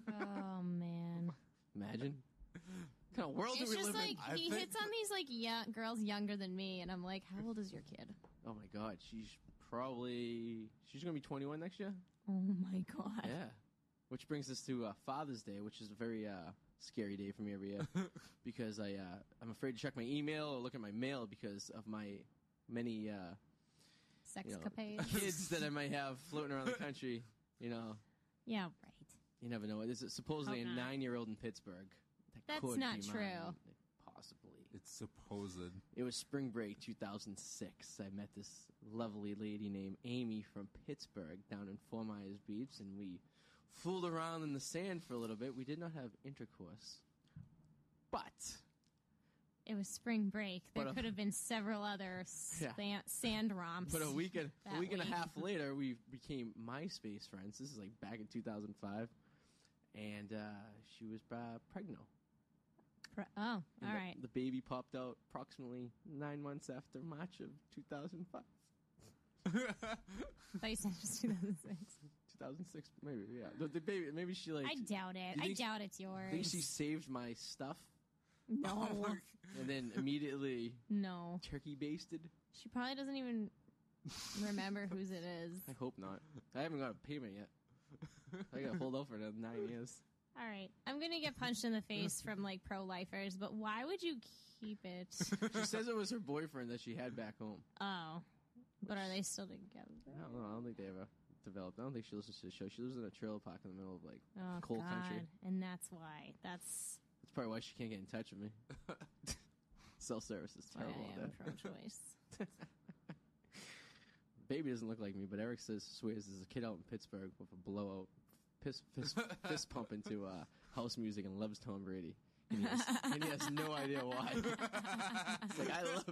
[SPEAKER 10] Oh man.
[SPEAKER 8] Imagine. What kind of world
[SPEAKER 10] It's
[SPEAKER 8] do we
[SPEAKER 10] just
[SPEAKER 8] live
[SPEAKER 10] like
[SPEAKER 8] in?
[SPEAKER 9] I
[SPEAKER 10] he
[SPEAKER 9] think-
[SPEAKER 10] hits on these like young girls younger than me, and I'm like, "How old is your kid?"
[SPEAKER 8] Oh my god, she's probably she's gonna be 21 next year.
[SPEAKER 10] Oh my god!
[SPEAKER 8] Yeah, which brings us to uh, Father's Day, which is a very uh, scary day for me every year because I uh, I'm afraid to check my email or look at my mail because of my many uh,
[SPEAKER 10] Sex
[SPEAKER 8] you know,
[SPEAKER 10] capade.
[SPEAKER 8] kids that I might have floating around the country. You know.
[SPEAKER 10] yeah, right.
[SPEAKER 8] You never know. There's supposedly a
[SPEAKER 10] Hope not.
[SPEAKER 8] nine-year-old in Pittsburgh. That
[SPEAKER 10] Oh, That's
[SPEAKER 8] could
[SPEAKER 10] not
[SPEAKER 8] be
[SPEAKER 10] true.
[SPEAKER 8] mine. Possibly.
[SPEAKER 9] It's supposed. <laughs>
[SPEAKER 8] It was spring break 2006. I met this lovely lady named Amy from Pittsburgh down in Four Myers Beach, and we fooled around in the sand for a little bit. We did not have intercourse, but
[SPEAKER 10] It was spring break. There
[SPEAKER 8] But a-
[SPEAKER 10] could have been several other sa-
[SPEAKER 8] Yeah.
[SPEAKER 10] sand romps.
[SPEAKER 8] But a week and a
[SPEAKER 10] <laughs> That
[SPEAKER 8] week and a
[SPEAKER 10] week.
[SPEAKER 8] half later, we became MySpace friends. This is like back in 2005, and uh, she was uh, pregnant.
[SPEAKER 10] Pro- oh, all
[SPEAKER 8] And the-
[SPEAKER 10] right.
[SPEAKER 8] The baby popped out approximately nine months after March of 2005,
[SPEAKER 10] I thought you said it was 2006.
[SPEAKER 8] <laughs> 2006, maybe. Yeah, the, the baby. Maybe she like.
[SPEAKER 10] I doubt it.
[SPEAKER 8] You
[SPEAKER 10] I
[SPEAKER 8] think she-
[SPEAKER 10] doubt it's yours.
[SPEAKER 8] I think she saved my stuff
[SPEAKER 10] no,
[SPEAKER 9] Oh
[SPEAKER 8] and
[SPEAKER 10] <laughs>
[SPEAKER 8] then immediately
[SPEAKER 10] no.
[SPEAKER 8] turkey basted.
[SPEAKER 10] She probably doesn't even remember whose it is.
[SPEAKER 8] <laughs> I hope not. I haven't got a payment yet. I got pulled out for another nine years.
[SPEAKER 10] All right, I'm gonna get punched in the face from like pro lifers, but why would you keep it?
[SPEAKER 8] <laughs> She says it was her boyfriend that she had back home.
[SPEAKER 10] oh, but are they still together?
[SPEAKER 8] I don't know. I don't think they ever developed. I don't think she listens to the show. She lives in a trailer park in the middle of like
[SPEAKER 10] Oh
[SPEAKER 8] coal
[SPEAKER 10] God!
[SPEAKER 8] country.
[SPEAKER 10] And that's why. That's
[SPEAKER 8] That's probably why she can't get in touch with me. <laughs> Cell service is
[SPEAKER 10] why
[SPEAKER 8] terrible.
[SPEAKER 10] I
[SPEAKER 8] at
[SPEAKER 10] am
[SPEAKER 8] that.
[SPEAKER 10] pro-choice.
[SPEAKER 8] <laughs> Baby doesn't look like me, but Eric says swears there's a kid out in Pittsburgh with a blowout, fist fist, fist pump into uh, house music and loves Tom Brady. And he, has, and he has no idea why.
[SPEAKER 10] <laughs>
[SPEAKER 8] it's like I love,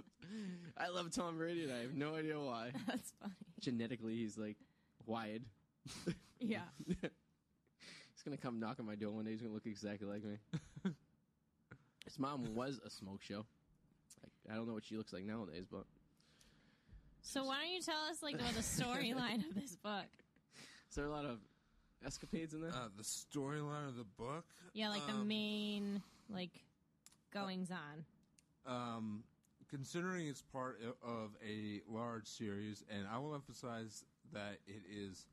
[SPEAKER 8] I love Tom Brady, and I have no idea why.
[SPEAKER 10] that's funny.
[SPEAKER 8] Genetically, he's like wired. <laughs>
[SPEAKER 10] Yeah.
[SPEAKER 8] He's gonna come knock on my door one day. He's gonna look exactly like me. His mom was a smoke show. Like, I don't know what she looks like nowadays, but
[SPEAKER 10] So why don't you tell us like about the storyline of this book?
[SPEAKER 8] is there a lot of escapades in there?
[SPEAKER 9] Uh, the storyline of the book.
[SPEAKER 10] Yeah, like the
[SPEAKER 9] um,
[SPEAKER 10] main like goings on.
[SPEAKER 9] um, considering it's part i- of a large series, and I will emphasize that it is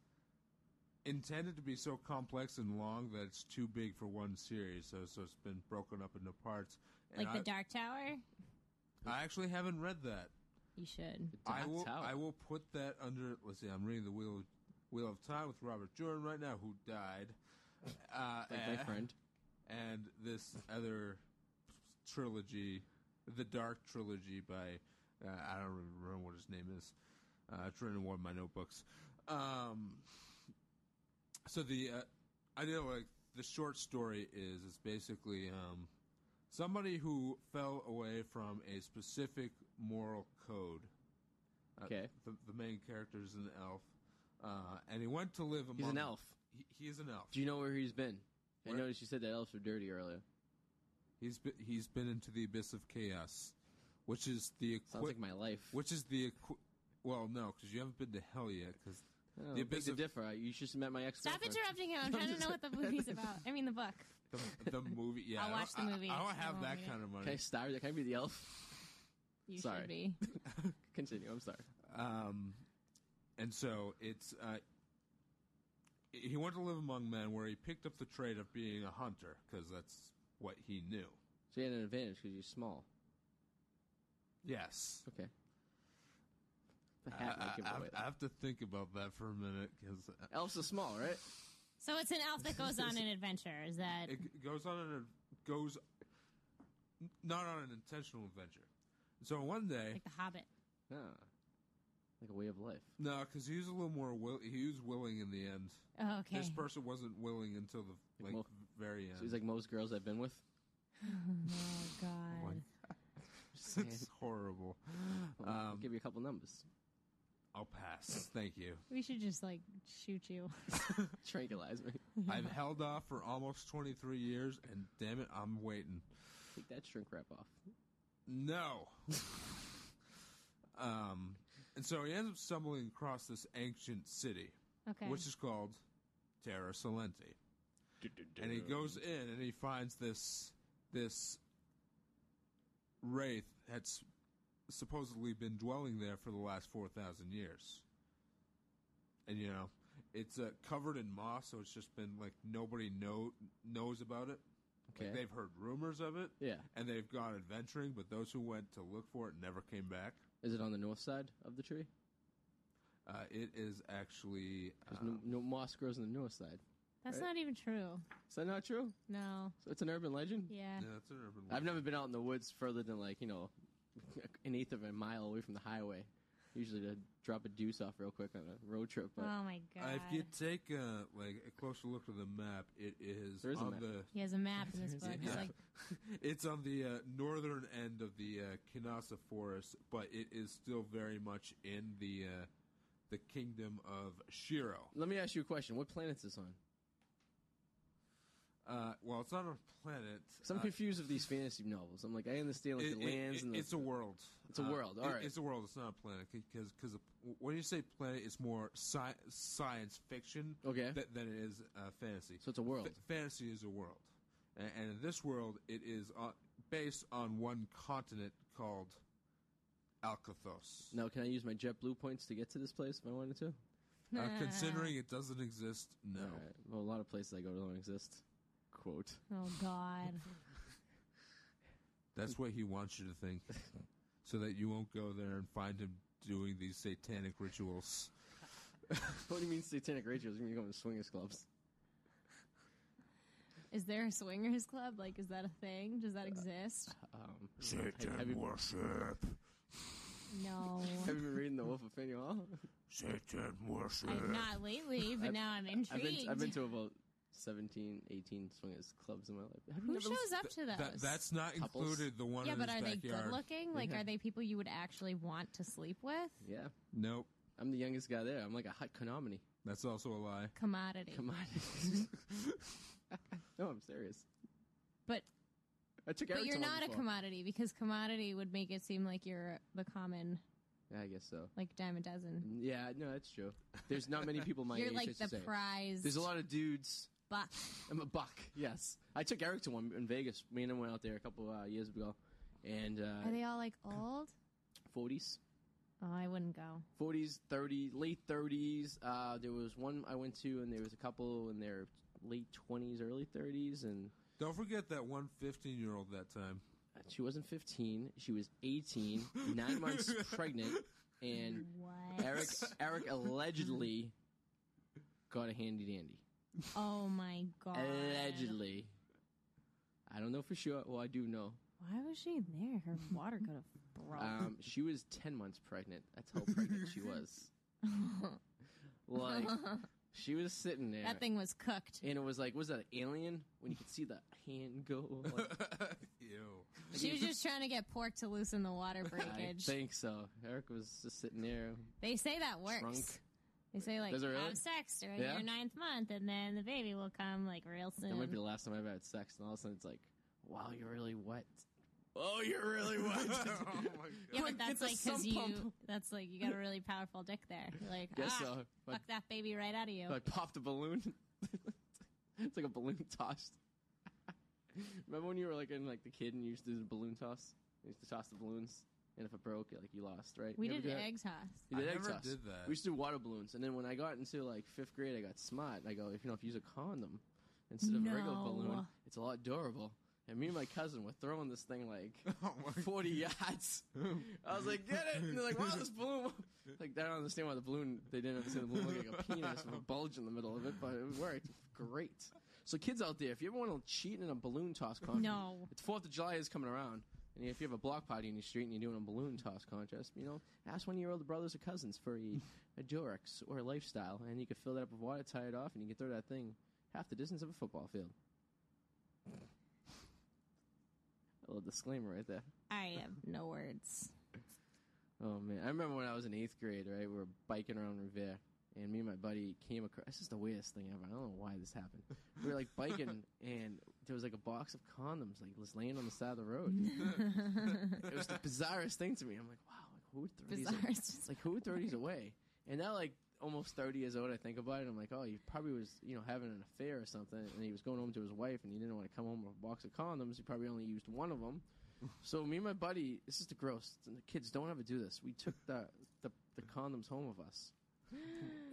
[SPEAKER 9] intended to be so complex and long that it's too big for one series. So, so it's been broken up into parts. And
[SPEAKER 10] Like
[SPEAKER 9] I,
[SPEAKER 10] the Dark Tower.
[SPEAKER 9] I actually haven't read that.
[SPEAKER 10] You should.
[SPEAKER 9] I
[SPEAKER 8] Dark
[SPEAKER 9] will.
[SPEAKER 8] Tower.
[SPEAKER 9] I will put that under. Let's see. I'm reading the Wheel of, Wheel of Time with Robert Jordan right now, who
[SPEAKER 10] <laughs>
[SPEAKER 9] died. Uh,
[SPEAKER 8] like my
[SPEAKER 9] and-
[SPEAKER 8] friend.
[SPEAKER 9] and this other trilogy, the Dark Trilogy by uh, I don't really remember what his name is. Uh, it's written in one of my notebooks. Um, so the uh, I know like the short story is it's basically um, somebody who fell away from a specific moral code. Uh,
[SPEAKER 8] Okay.
[SPEAKER 9] the, the main character is an elf, uh, and he went to live among.
[SPEAKER 8] He's an elf.
[SPEAKER 9] He, he is an elf.
[SPEAKER 8] Do you know where he's been? I
[SPEAKER 9] Where?
[SPEAKER 8] noticed you said that elves were dirty earlier.
[SPEAKER 9] He's been, he's been into the abyss of chaos, which is the equi-
[SPEAKER 8] Sounds like my life.
[SPEAKER 9] which is the equi- well no because you haven't been to hell yet because
[SPEAKER 8] Oh,
[SPEAKER 9] the
[SPEAKER 8] beg
[SPEAKER 9] abyss
[SPEAKER 8] to
[SPEAKER 9] of
[SPEAKER 8] differ. I- You should have met my ex.
[SPEAKER 10] Stop
[SPEAKER 9] <laughs>
[SPEAKER 10] interrupting him. I'm trying to know what the movie's about. I mean, the book.
[SPEAKER 9] the,
[SPEAKER 8] <laughs>
[SPEAKER 9] the movie yeah
[SPEAKER 10] I'll
[SPEAKER 9] I don't-
[SPEAKER 10] watch the
[SPEAKER 9] I-
[SPEAKER 10] movie.
[SPEAKER 9] I,
[SPEAKER 10] I
[SPEAKER 9] don't have
[SPEAKER 10] won't
[SPEAKER 9] that
[SPEAKER 10] read it.
[SPEAKER 9] kind of money
[SPEAKER 8] Can I star? Can I be the elf? <laughs>
[SPEAKER 10] You
[SPEAKER 8] Sorry.
[SPEAKER 10] should be.
[SPEAKER 8] Continue. I'm sorry.
[SPEAKER 9] Um, and so it's uh, he went to live among men where he picked up the trade of being a hunter because that's what he knew.
[SPEAKER 8] So you had an advantage because you're small.
[SPEAKER 9] Yes.
[SPEAKER 8] Okay. The
[SPEAKER 9] I,
[SPEAKER 8] hat might give
[SPEAKER 9] I-
[SPEAKER 8] it
[SPEAKER 9] I-
[SPEAKER 8] away.
[SPEAKER 9] I have to think about that for a minute uh, because
[SPEAKER 8] Elves are small, right?
[SPEAKER 10] So it's an elf that goes on an adventure. Is that
[SPEAKER 9] it g- goes on an goes n- not on an intentional adventure. So one day,
[SPEAKER 10] like the Hobbit?
[SPEAKER 8] Ah, like a way of life.
[SPEAKER 9] no, because he was a little more will, he was willing in the end.
[SPEAKER 10] Oh, okay.
[SPEAKER 9] This person wasn't willing until the like
[SPEAKER 8] Like mo-
[SPEAKER 9] very end.
[SPEAKER 8] So he's like most girls I've been with.
[SPEAKER 10] oh God.
[SPEAKER 9] <laughs> it's horrible.
[SPEAKER 8] I'll
[SPEAKER 9] Um,
[SPEAKER 8] give you a couple numbers. <laughs>
[SPEAKER 9] I'll pass. Thank you.
[SPEAKER 10] We should just like shoot you. <laughs>
[SPEAKER 8] Tranquilize me.
[SPEAKER 9] I've held off for almost 23 years, and damn it, I'm waiting.
[SPEAKER 8] Take that shrink wrap off.
[SPEAKER 9] No. <laughs> um, and so he ends up stumbling across this ancient city,
[SPEAKER 10] Okay.
[SPEAKER 9] which is called Terra Salenti. And he goes in and he finds this this wraith that's supposedly been dwelling there for the last four thousand years. And you know, it's uh, covered in moss, so it's just been like nobody know knows about it.
[SPEAKER 8] Okay.
[SPEAKER 9] Like they've heard rumors of it,
[SPEAKER 8] Yeah.
[SPEAKER 9] and they've gone adventuring, but those who went to look for it never came back.
[SPEAKER 8] Is it on the north side of the tree?
[SPEAKER 9] Uh, it is actually uh,
[SPEAKER 8] 'Cause no, no moss grows on the north side.
[SPEAKER 10] That's not even true.
[SPEAKER 8] Is that not true?
[SPEAKER 10] No.
[SPEAKER 8] So it's an urban legend.
[SPEAKER 10] Yeah.
[SPEAKER 9] yeah, it's an urban.
[SPEAKER 8] I've never been out in the woods further than like you know an eighth of a mile away from the highway. Usually to drop a deuce off real quick on a road trip, but
[SPEAKER 10] oh my god.
[SPEAKER 9] If you take a, like a closer look at the map, it is
[SPEAKER 8] There is a
[SPEAKER 9] on
[SPEAKER 8] map.
[SPEAKER 9] the
[SPEAKER 10] He has a map
[SPEAKER 9] <laughs>
[SPEAKER 10] in this
[SPEAKER 8] There's a
[SPEAKER 10] book. It's
[SPEAKER 8] map.
[SPEAKER 10] like <laughs>
[SPEAKER 9] it's on the uh, northern end of the uh, Kinasa Forest, but it is still very much in the uh, the kingdom of Shiro.
[SPEAKER 8] let me ask you a question. What planet is this on?
[SPEAKER 9] Uh, well, it's not a planet.
[SPEAKER 8] So I'm
[SPEAKER 9] Uh,
[SPEAKER 8] confused with these fantasy novels. I'm like, I understand like
[SPEAKER 9] it-
[SPEAKER 8] the
[SPEAKER 9] it-
[SPEAKER 8] lands
[SPEAKER 9] it-
[SPEAKER 8] and the,
[SPEAKER 9] it's a world. Uh,
[SPEAKER 8] It's a world,
[SPEAKER 9] it-
[SPEAKER 8] alright.
[SPEAKER 9] It's a world. It's not a planet because because when you say planet, it's more sci- science fiction.
[SPEAKER 8] Okay.
[SPEAKER 9] tha- than it is uh, fantasy.
[SPEAKER 8] so it's a world.
[SPEAKER 9] Fa- fantasy is a world, and, and in this world, it is on, based on one continent called Alcathos.
[SPEAKER 8] Now, can I use my JetBlue points to get to this place if I wanted to?
[SPEAKER 9] Uh, considering it doesn't exist, no.
[SPEAKER 8] All right. Well, a lot of places I go to don't exist. Quote.
[SPEAKER 10] oh god.
[SPEAKER 9] That's what he wants you to
[SPEAKER 8] <laughs>
[SPEAKER 9] think, so that you won't go there and find him doing these satanic rituals.
[SPEAKER 8] <laughs> what do you mean satanic rituals? You mean going to swingers clubs?
[SPEAKER 10] Is there a swingers club? Like, is that a thing? Does that exist?
[SPEAKER 8] Um, have, have you,
[SPEAKER 9] worship.
[SPEAKER 10] No.
[SPEAKER 8] have you been reading The Wolf of Fanny Hall?
[SPEAKER 9] Satan worship.
[SPEAKER 10] I've not lately, but
[SPEAKER 8] I've-
[SPEAKER 10] now I'm
[SPEAKER 8] I've
[SPEAKER 10] intrigued.
[SPEAKER 8] been, I've been to about 17, 18 swingers clubs in my life. Have you
[SPEAKER 10] Who
[SPEAKER 8] never
[SPEAKER 10] shows
[SPEAKER 8] listened-
[SPEAKER 10] up to those?
[SPEAKER 9] that's not
[SPEAKER 8] Couples?
[SPEAKER 9] included. The one
[SPEAKER 10] yeah,
[SPEAKER 9] in
[SPEAKER 10] but
[SPEAKER 9] his
[SPEAKER 10] are they
[SPEAKER 9] backyard.
[SPEAKER 10] good looking? Like,
[SPEAKER 8] Yeah.
[SPEAKER 10] are they people you would actually want to sleep with?
[SPEAKER 8] Yeah.
[SPEAKER 9] Nope,
[SPEAKER 8] I'm the youngest guy there. I'm like a hot Konami.
[SPEAKER 9] that's also a lie.
[SPEAKER 10] Commodity.
[SPEAKER 8] Come on.
[SPEAKER 10] <laughs>
[SPEAKER 8] no, I'm serious.
[SPEAKER 10] But
[SPEAKER 8] I took
[SPEAKER 10] but
[SPEAKER 8] Eric
[SPEAKER 10] you're
[SPEAKER 8] to one
[SPEAKER 10] not a
[SPEAKER 8] before.
[SPEAKER 10] commodity because commodity would make it seem like you're the common
[SPEAKER 8] Yeah, I guess so.
[SPEAKER 10] like dime a dozen.
[SPEAKER 8] Yeah, no, that's true. There's not many people my
[SPEAKER 10] <laughs> you're
[SPEAKER 8] age.
[SPEAKER 10] like
[SPEAKER 8] I should
[SPEAKER 10] the
[SPEAKER 8] say.
[SPEAKER 10] prize.
[SPEAKER 8] There's a lot of dudes.
[SPEAKER 10] buck.
[SPEAKER 8] I'm a buck. Yes, I took Eric to one in Vegas. Me and him went out there a couple uh, years ago, and
[SPEAKER 10] Are
[SPEAKER 8] uh,
[SPEAKER 10] they all like old?
[SPEAKER 8] 40s,
[SPEAKER 10] Oh, I wouldn't go.
[SPEAKER 8] 40s, 30s, late 30s. Uh, there was one I went to, and there was a couple in their late 20s, early 30s, and
[SPEAKER 9] Don't forget that one 15 year old that time.
[SPEAKER 8] she wasn't 15. She was 18, nine months pregnant, and
[SPEAKER 10] What?
[SPEAKER 8] Eric Eric allegedly got a handy dandy.
[SPEAKER 10] Oh my god.
[SPEAKER 8] Allegedly. I don't know for sure. Well, I do know.
[SPEAKER 10] Why was she there? Her water could have broke.
[SPEAKER 8] Um, she was 10 months pregnant. That's how pregnant she was. Um,
[SPEAKER 10] <laughs>
[SPEAKER 8] like, she was sitting there.
[SPEAKER 10] that thing was cooked.
[SPEAKER 8] and it was like, was that alien? When you could see the hand go. Like,
[SPEAKER 9] <laughs> Ew.
[SPEAKER 10] She was just trying to get pork to loosen the water
[SPEAKER 8] I
[SPEAKER 10] breakage.
[SPEAKER 8] think so. Eric was just sitting there.
[SPEAKER 10] They say that works.
[SPEAKER 8] Drunk.
[SPEAKER 10] They say like
[SPEAKER 8] Does it really?
[SPEAKER 10] have sex during
[SPEAKER 8] Yeah?
[SPEAKER 10] your ninth month, and then the baby will come like real soon.
[SPEAKER 8] That might be the last time I ever had sex. And all of a sudden it's like, wow, you're really wet. Oh,
[SPEAKER 9] <laughs>
[SPEAKER 8] <laughs> you're
[SPEAKER 10] <laughs>
[SPEAKER 8] really wet.
[SPEAKER 10] Oh
[SPEAKER 9] Oh,
[SPEAKER 8] <laughs>
[SPEAKER 10] yeah,
[SPEAKER 8] Quick, get
[SPEAKER 10] but that's
[SPEAKER 8] the
[SPEAKER 10] like
[SPEAKER 8] sump
[SPEAKER 10] because you
[SPEAKER 8] pump.
[SPEAKER 10] that's like you got a really powerful dick there. You're like
[SPEAKER 8] Guess uh,
[SPEAKER 10] ah,
[SPEAKER 8] so. But-
[SPEAKER 10] fuck that baby right out of you.
[SPEAKER 8] I popped a balloon. <laughs> it's like a balloon tossed. <laughs> Remember when you were like in like the kid and you used to do the balloon toss? You used to toss the balloons, and if it broke, it, like you lost, right?
[SPEAKER 10] we
[SPEAKER 8] You ever
[SPEAKER 10] did
[SPEAKER 8] do that?
[SPEAKER 10] egg toss.
[SPEAKER 8] You did
[SPEAKER 9] I
[SPEAKER 8] egg
[SPEAKER 9] never
[SPEAKER 8] toss.
[SPEAKER 9] did that.
[SPEAKER 8] We used to do water balloons, and then when I got into like fifth grade, I got smart. and I go, if you know, if you use a condom instead of a regular
[SPEAKER 10] No.
[SPEAKER 8] balloon, it's a lot durable. And me and my cousin were throwing this thing like
[SPEAKER 9] <laughs> Oh
[SPEAKER 8] <laughs>
[SPEAKER 9] my
[SPEAKER 8] 40 yards. I was like, get it! And they're like, wow, this balloon. <laughs> Like, I don't understand why the balloon, they didn't understand the balloon looked like a penis with a bulge in the middle of it, but it worked. Great. So, kids out there, if you ever want to cheat in a balloon toss contest,
[SPEAKER 10] No.
[SPEAKER 8] it's 4th of July is coming around. And if you have a block party in your street and you're doing a balloon toss contest, you know, ask one of your older brothers or cousins for a, a Durex or a lifestyle, and you could fill that up with water, tie it off, and you can throw that thing half the distance of a football field. A little disclaimer right there.
[SPEAKER 10] I have no words.
[SPEAKER 8] Oh man, I remember when I was in eighth grade. Right, we were biking around Revere, and me and my buddy came across. This is the weirdest thing ever. I don't know why this happened. We were like biking, and there was like a box of condoms like was laying on the side of the road. <laughs> it was the bizarrest thing to me. I'm like, wow, like who would throw
[SPEAKER 10] Bizarre.
[SPEAKER 8] these?
[SPEAKER 10] It's just
[SPEAKER 8] It's like who would throw these away? And now, like almost 30 years old, I think about it. I'm like, oh, he probably was you know having an affair or something, and he was going home to his wife, and he didn't want to come home with a box of condoms. He probably only used one of them. So me and my buddy, this is the gross. and The kids don't ever do this. We took the, the the condoms home with us,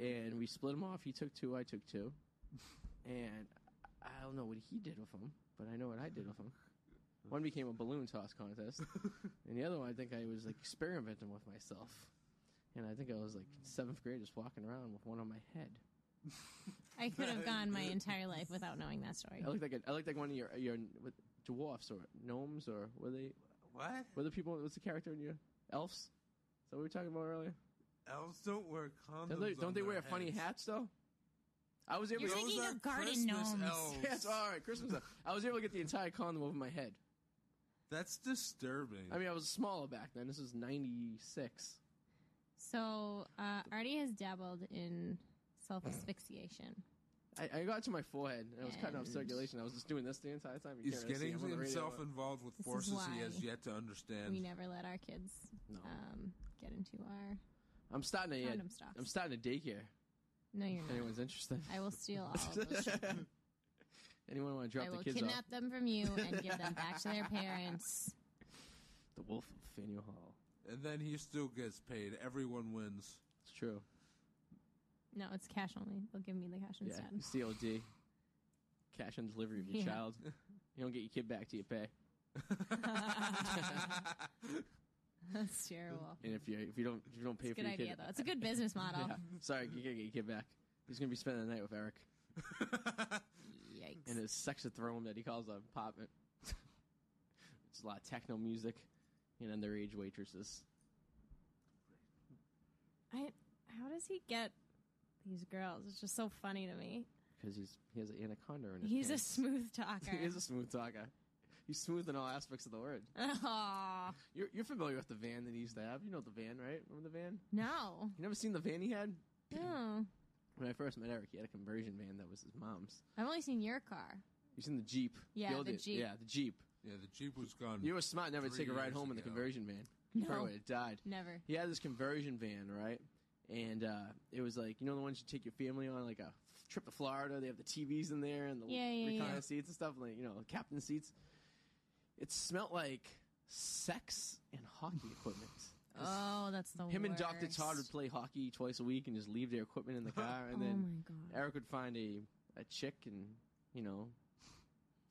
[SPEAKER 8] and we split them off. He took two, I took two, and I don't know what he did with them, but I know what I did with them. One became a balloon toss contest, and the other one I think I was like experimenting with myself, and I think I was like seventh grade, just walking around with one on my head.
[SPEAKER 10] I could
[SPEAKER 8] <laughs>
[SPEAKER 10] have gone my entire life without knowing that story.
[SPEAKER 8] I looked like a, I looked like one of your your what, dwarfs or gnomes or were they
[SPEAKER 9] What?
[SPEAKER 8] Were the people? What's the character in you? Elves? Is that what we were talking about earlier?
[SPEAKER 9] Elves don't wear condoms.
[SPEAKER 8] Don't they,
[SPEAKER 9] on
[SPEAKER 8] don't they
[SPEAKER 9] their
[SPEAKER 8] wear funny
[SPEAKER 9] heads.
[SPEAKER 8] hats though? I was able
[SPEAKER 10] You're
[SPEAKER 8] to.
[SPEAKER 10] thinking
[SPEAKER 9] are
[SPEAKER 10] of garden
[SPEAKER 9] Christmas
[SPEAKER 10] gnomes.
[SPEAKER 9] elves.
[SPEAKER 8] <laughs> Yes, all right,
[SPEAKER 10] <laughs>
[SPEAKER 8] Christmas. elf. I was able to get the entire condom over my head.
[SPEAKER 9] That's disturbing.
[SPEAKER 8] I mean, I was smaller back then. This is '96.
[SPEAKER 10] So uh, Artie has dabbled in self asphyxiation.
[SPEAKER 8] I, I got to my forehead and I was cutting off
[SPEAKER 10] And-
[SPEAKER 8] circulation. I was just doing this the entire time. You
[SPEAKER 9] He's
[SPEAKER 8] can't really see.
[SPEAKER 9] getting
[SPEAKER 8] I'm on the radio.
[SPEAKER 9] himself involved with
[SPEAKER 10] This is
[SPEAKER 9] forces
[SPEAKER 10] why
[SPEAKER 9] he has yet to
[SPEAKER 10] We
[SPEAKER 9] understand.
[SPEAKER 10] never let our kids
[SPEAKER 8] No.
[SPEAKER 10] um, get into our.
[SPEAKER 8] I'm starting a.
[SPEAKER 10] Condom stocks.
[SPEAKER 8] I'm starting a daycare.
[SPEAKER 10] No, you're
[SPEAKER 8] If
[SPEAKER 10] not.
[SPEAKER 8] anyone's interested,
[SPEAKER 10] I will steal all
[SPEAKER 8] <laughs>
[SPEAKER 10] of those. children.
[SPEAKER 8] anyone want to drop
[SPEAKER 10] I
[SPEAKER 8] the
[SPEAKER 10] will
[SPEAKER 8] kids off?
[SPEAKER 10] kidnap them from you and give them back to their parents.
[SPEAKER 8] The Wolf of Faneuil Hall.
[SPEAKER 9] And then he still gets paid. Everyone
[SPEAKER 8] <laughs>
[SPEAKER 9] wins.
[SPEAKER 8] It's true.
[SPEAKER 10] No, it's cash only. They'll give me the cash
[SPEAKER 8] Yeah,
[SPEAKER 10] instead.
[SPEAKER 8] <laughs> COD. Cash on delivery of your
[SPEAKER 10] <laughs> Yeah.
[SPEAKER 8] child. You don't get your kid back to your pay,
[SPEAKER 10] That's terrible.
[SPEAKER 8] and if you if you don't if you don't pay
[SPEAKER 10] It's a
[SPEAKER 8] for
[SPEAKER 10] good
[SPEAKER 8] your
[SPEAKER 10] idea
[SPEAKER 8] kid,
[SPEAKER 10] though. It's a good business model.
[SPEAKER 8] <laughs> yeah, sorry, you gotta get your kid back. He's gonna be spending the night with Eric
[SPEAKER 10] Yikes.
[SPEAKER 8] in his sexathrone that he calls an apartment. <laughs> it's a lot of techno music and underage waitresses.
[SPEAKER 10] I, how does he get these girls? It's just so funny to me.
[SPEAKER 8] Because he's he has an anaconda in his
[SPEAKER 10] He's a
[SPEAKER 8] pants. <laughs>
[SPEAKER 10] smooth talker.
[SPEAKER 8] he is a smooth talker. He's smooth in all aspects of the word.
[SPEAKER 10] Aw.
[SPEAKER 8] You're, you're familiar with the van that he used to have. You know the van, right? Remember the van? <laughs>
[SPEAKER 10] no.
[SPEAKER 8] You never seen the van he had?
[SPEAKER 10] No.
[SPEAKER 8] When I first met Eric, he had a conversion van that was his mom's.
[SPEAKER 10] I've only seen your car.
[SPEAKER 8] You seen the Jeep?
[SPEAKER 10] Yeah,
[SPEAKER 8] old
[SPEAKER 10] the
[SPEAKER 8] one.
[SPEAKER 10] Jeep.
[SPEAKER 8] Yeah, the Jeep.
[SPEAKER 9] Yeah, the Jeep was gone.
[SPEAKER 8] You were smart never to
[SPEAKER 9] Hmm. Three
[SPEAKER 8] take a ride
[SPEAKER 9] years
[SPEAKER 8] home in the
[SPEAKER 9] ago.
[SPEAKER 8] conversion van. You
[SPEAKER 10] No.
[SPEAKER 8] probably would have died.
[SPEAKER 10] Never.
[SPEAKER 8] He had this conversion van, right? And uh, it was like you know the ones you take your family on, like a trip to Florida. They have the TVs in there and the
[SPEAKER 10] Yeah, yeah,
[SPEAKER 8] recliner
[SPEAKER 10] yeah.
[SPEAKER 8] seats and stuff, like you know captain seats. It smelt like sex and hockey equipment.
[SPEAKER 10] Oh, that's the
[SPEAKER 8] Him and
[SPEAKER 10] worst.
[SPEAKER 8] Dr. Todd would play hockey twice a week and just leave their equipment in the car, and
[SPEAKER 10] oh
[SPEAKER 8] then
[SPEAKER 10] my god.
[SPEAKER 8] Eric would find a, a chick and, you know,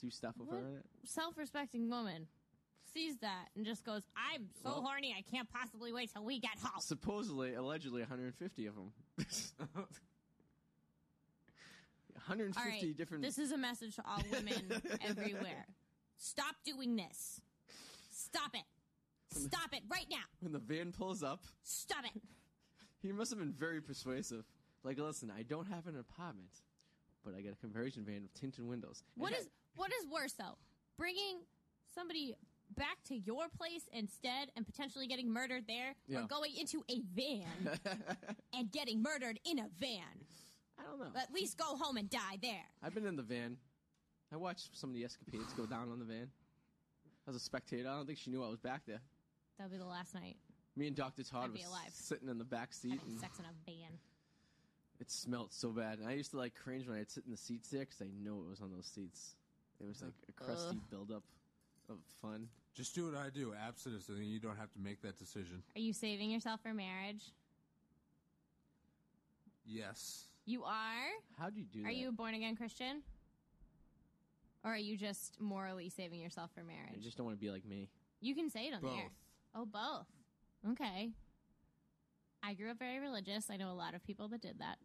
[SPEAKER 8] do stuff with
[SPEAKER 10] What?
[SPEAKER 8] her. in it.
[SPEAKER 10] self-respecting woman sees that and just goes, "I'm so
[SPEAKER 8] Well-
[SPEAKER 10] horny, I can't possibly wait till we get home."
[SPEAKER 8] Supposedly, allegedly, 150 of <laughs> them. 150
[SPEAKER 10] All right,
[SPEAKER 8] different.
[SPEAKER 10] this is a message to all women
[SPEAKER 8] <laughs>
[SPEAKER 10] everywhere. Stop doing this. Stop it. Stop it right now.
[SPEAKER 8] when the van pulls up,
[SPEAKER 10] Stop it.
[SPEAKER 8] he must have been very persuasive. Like, listen, I don't have an apartment, but I got a conversion van with tinted windows. It
[SPEAKER 10] What
[SPEAKER 8] had-
[SPEAKER 10] is what is worse though? Bringing somebody back to your place instead and potentially getting murdered there
[SPEAKER 8] Yeah.
[SPEAKER 10] or going into a
[SPEAKER 8] <laughs>
[SPEAKER 10] van and getting murdered in a van.
[SPEAKER 8] I don't know.
[SPEAKER 10] At least go home and die there.
[SPEAKER 8] I've been in the van. I watched some of the escapades go down on the van. I was a spectator. I don't think she knew I was back there.
[SPEAKER 10] That'll be the last night.
[SPEAKER 8] Me and Dr. Todd
[SPEAKER 10] I'd be
[SPEAKER 8] was
[SPEAKER 10] alive.
[SPEAKER 8] sitting in the back seat.
[SPEAKER 10] Having
[SPEAKER 8] And
[SPEAKER 10] sex in a van.
[SPEAKER 8] it smelled so bad. And I used to like cringe when I'd sit in the seats there because I know it was on those seats. It was like a crusty buildup of fun.
[SPEAKER 9] Just do what I do, abstinence, and then you don't have to make that decision.
[SPEAKER 10] Are you saving yourself for marriage?
[SPEAKER 9] Yes.
[SPEAKER 10] You are?
[SPEAKER 8] How do you do
[SPEAKER 10] Are
[SPEAKER 8] that?
[SPEAKER 10] you a born again Christian? Or are you just morally saving yourself for
[SPEAKER 8] I
[SPEAKER 10] marriage?
[SPEAKER 8] just don't want to be like me.
[SPEAKER 10] you can say it on the air.
[SPEAKER 9] Both.
[SPEAKER 10] Oh, both. Okay. I grew up very religious. I know a lot of people that did that.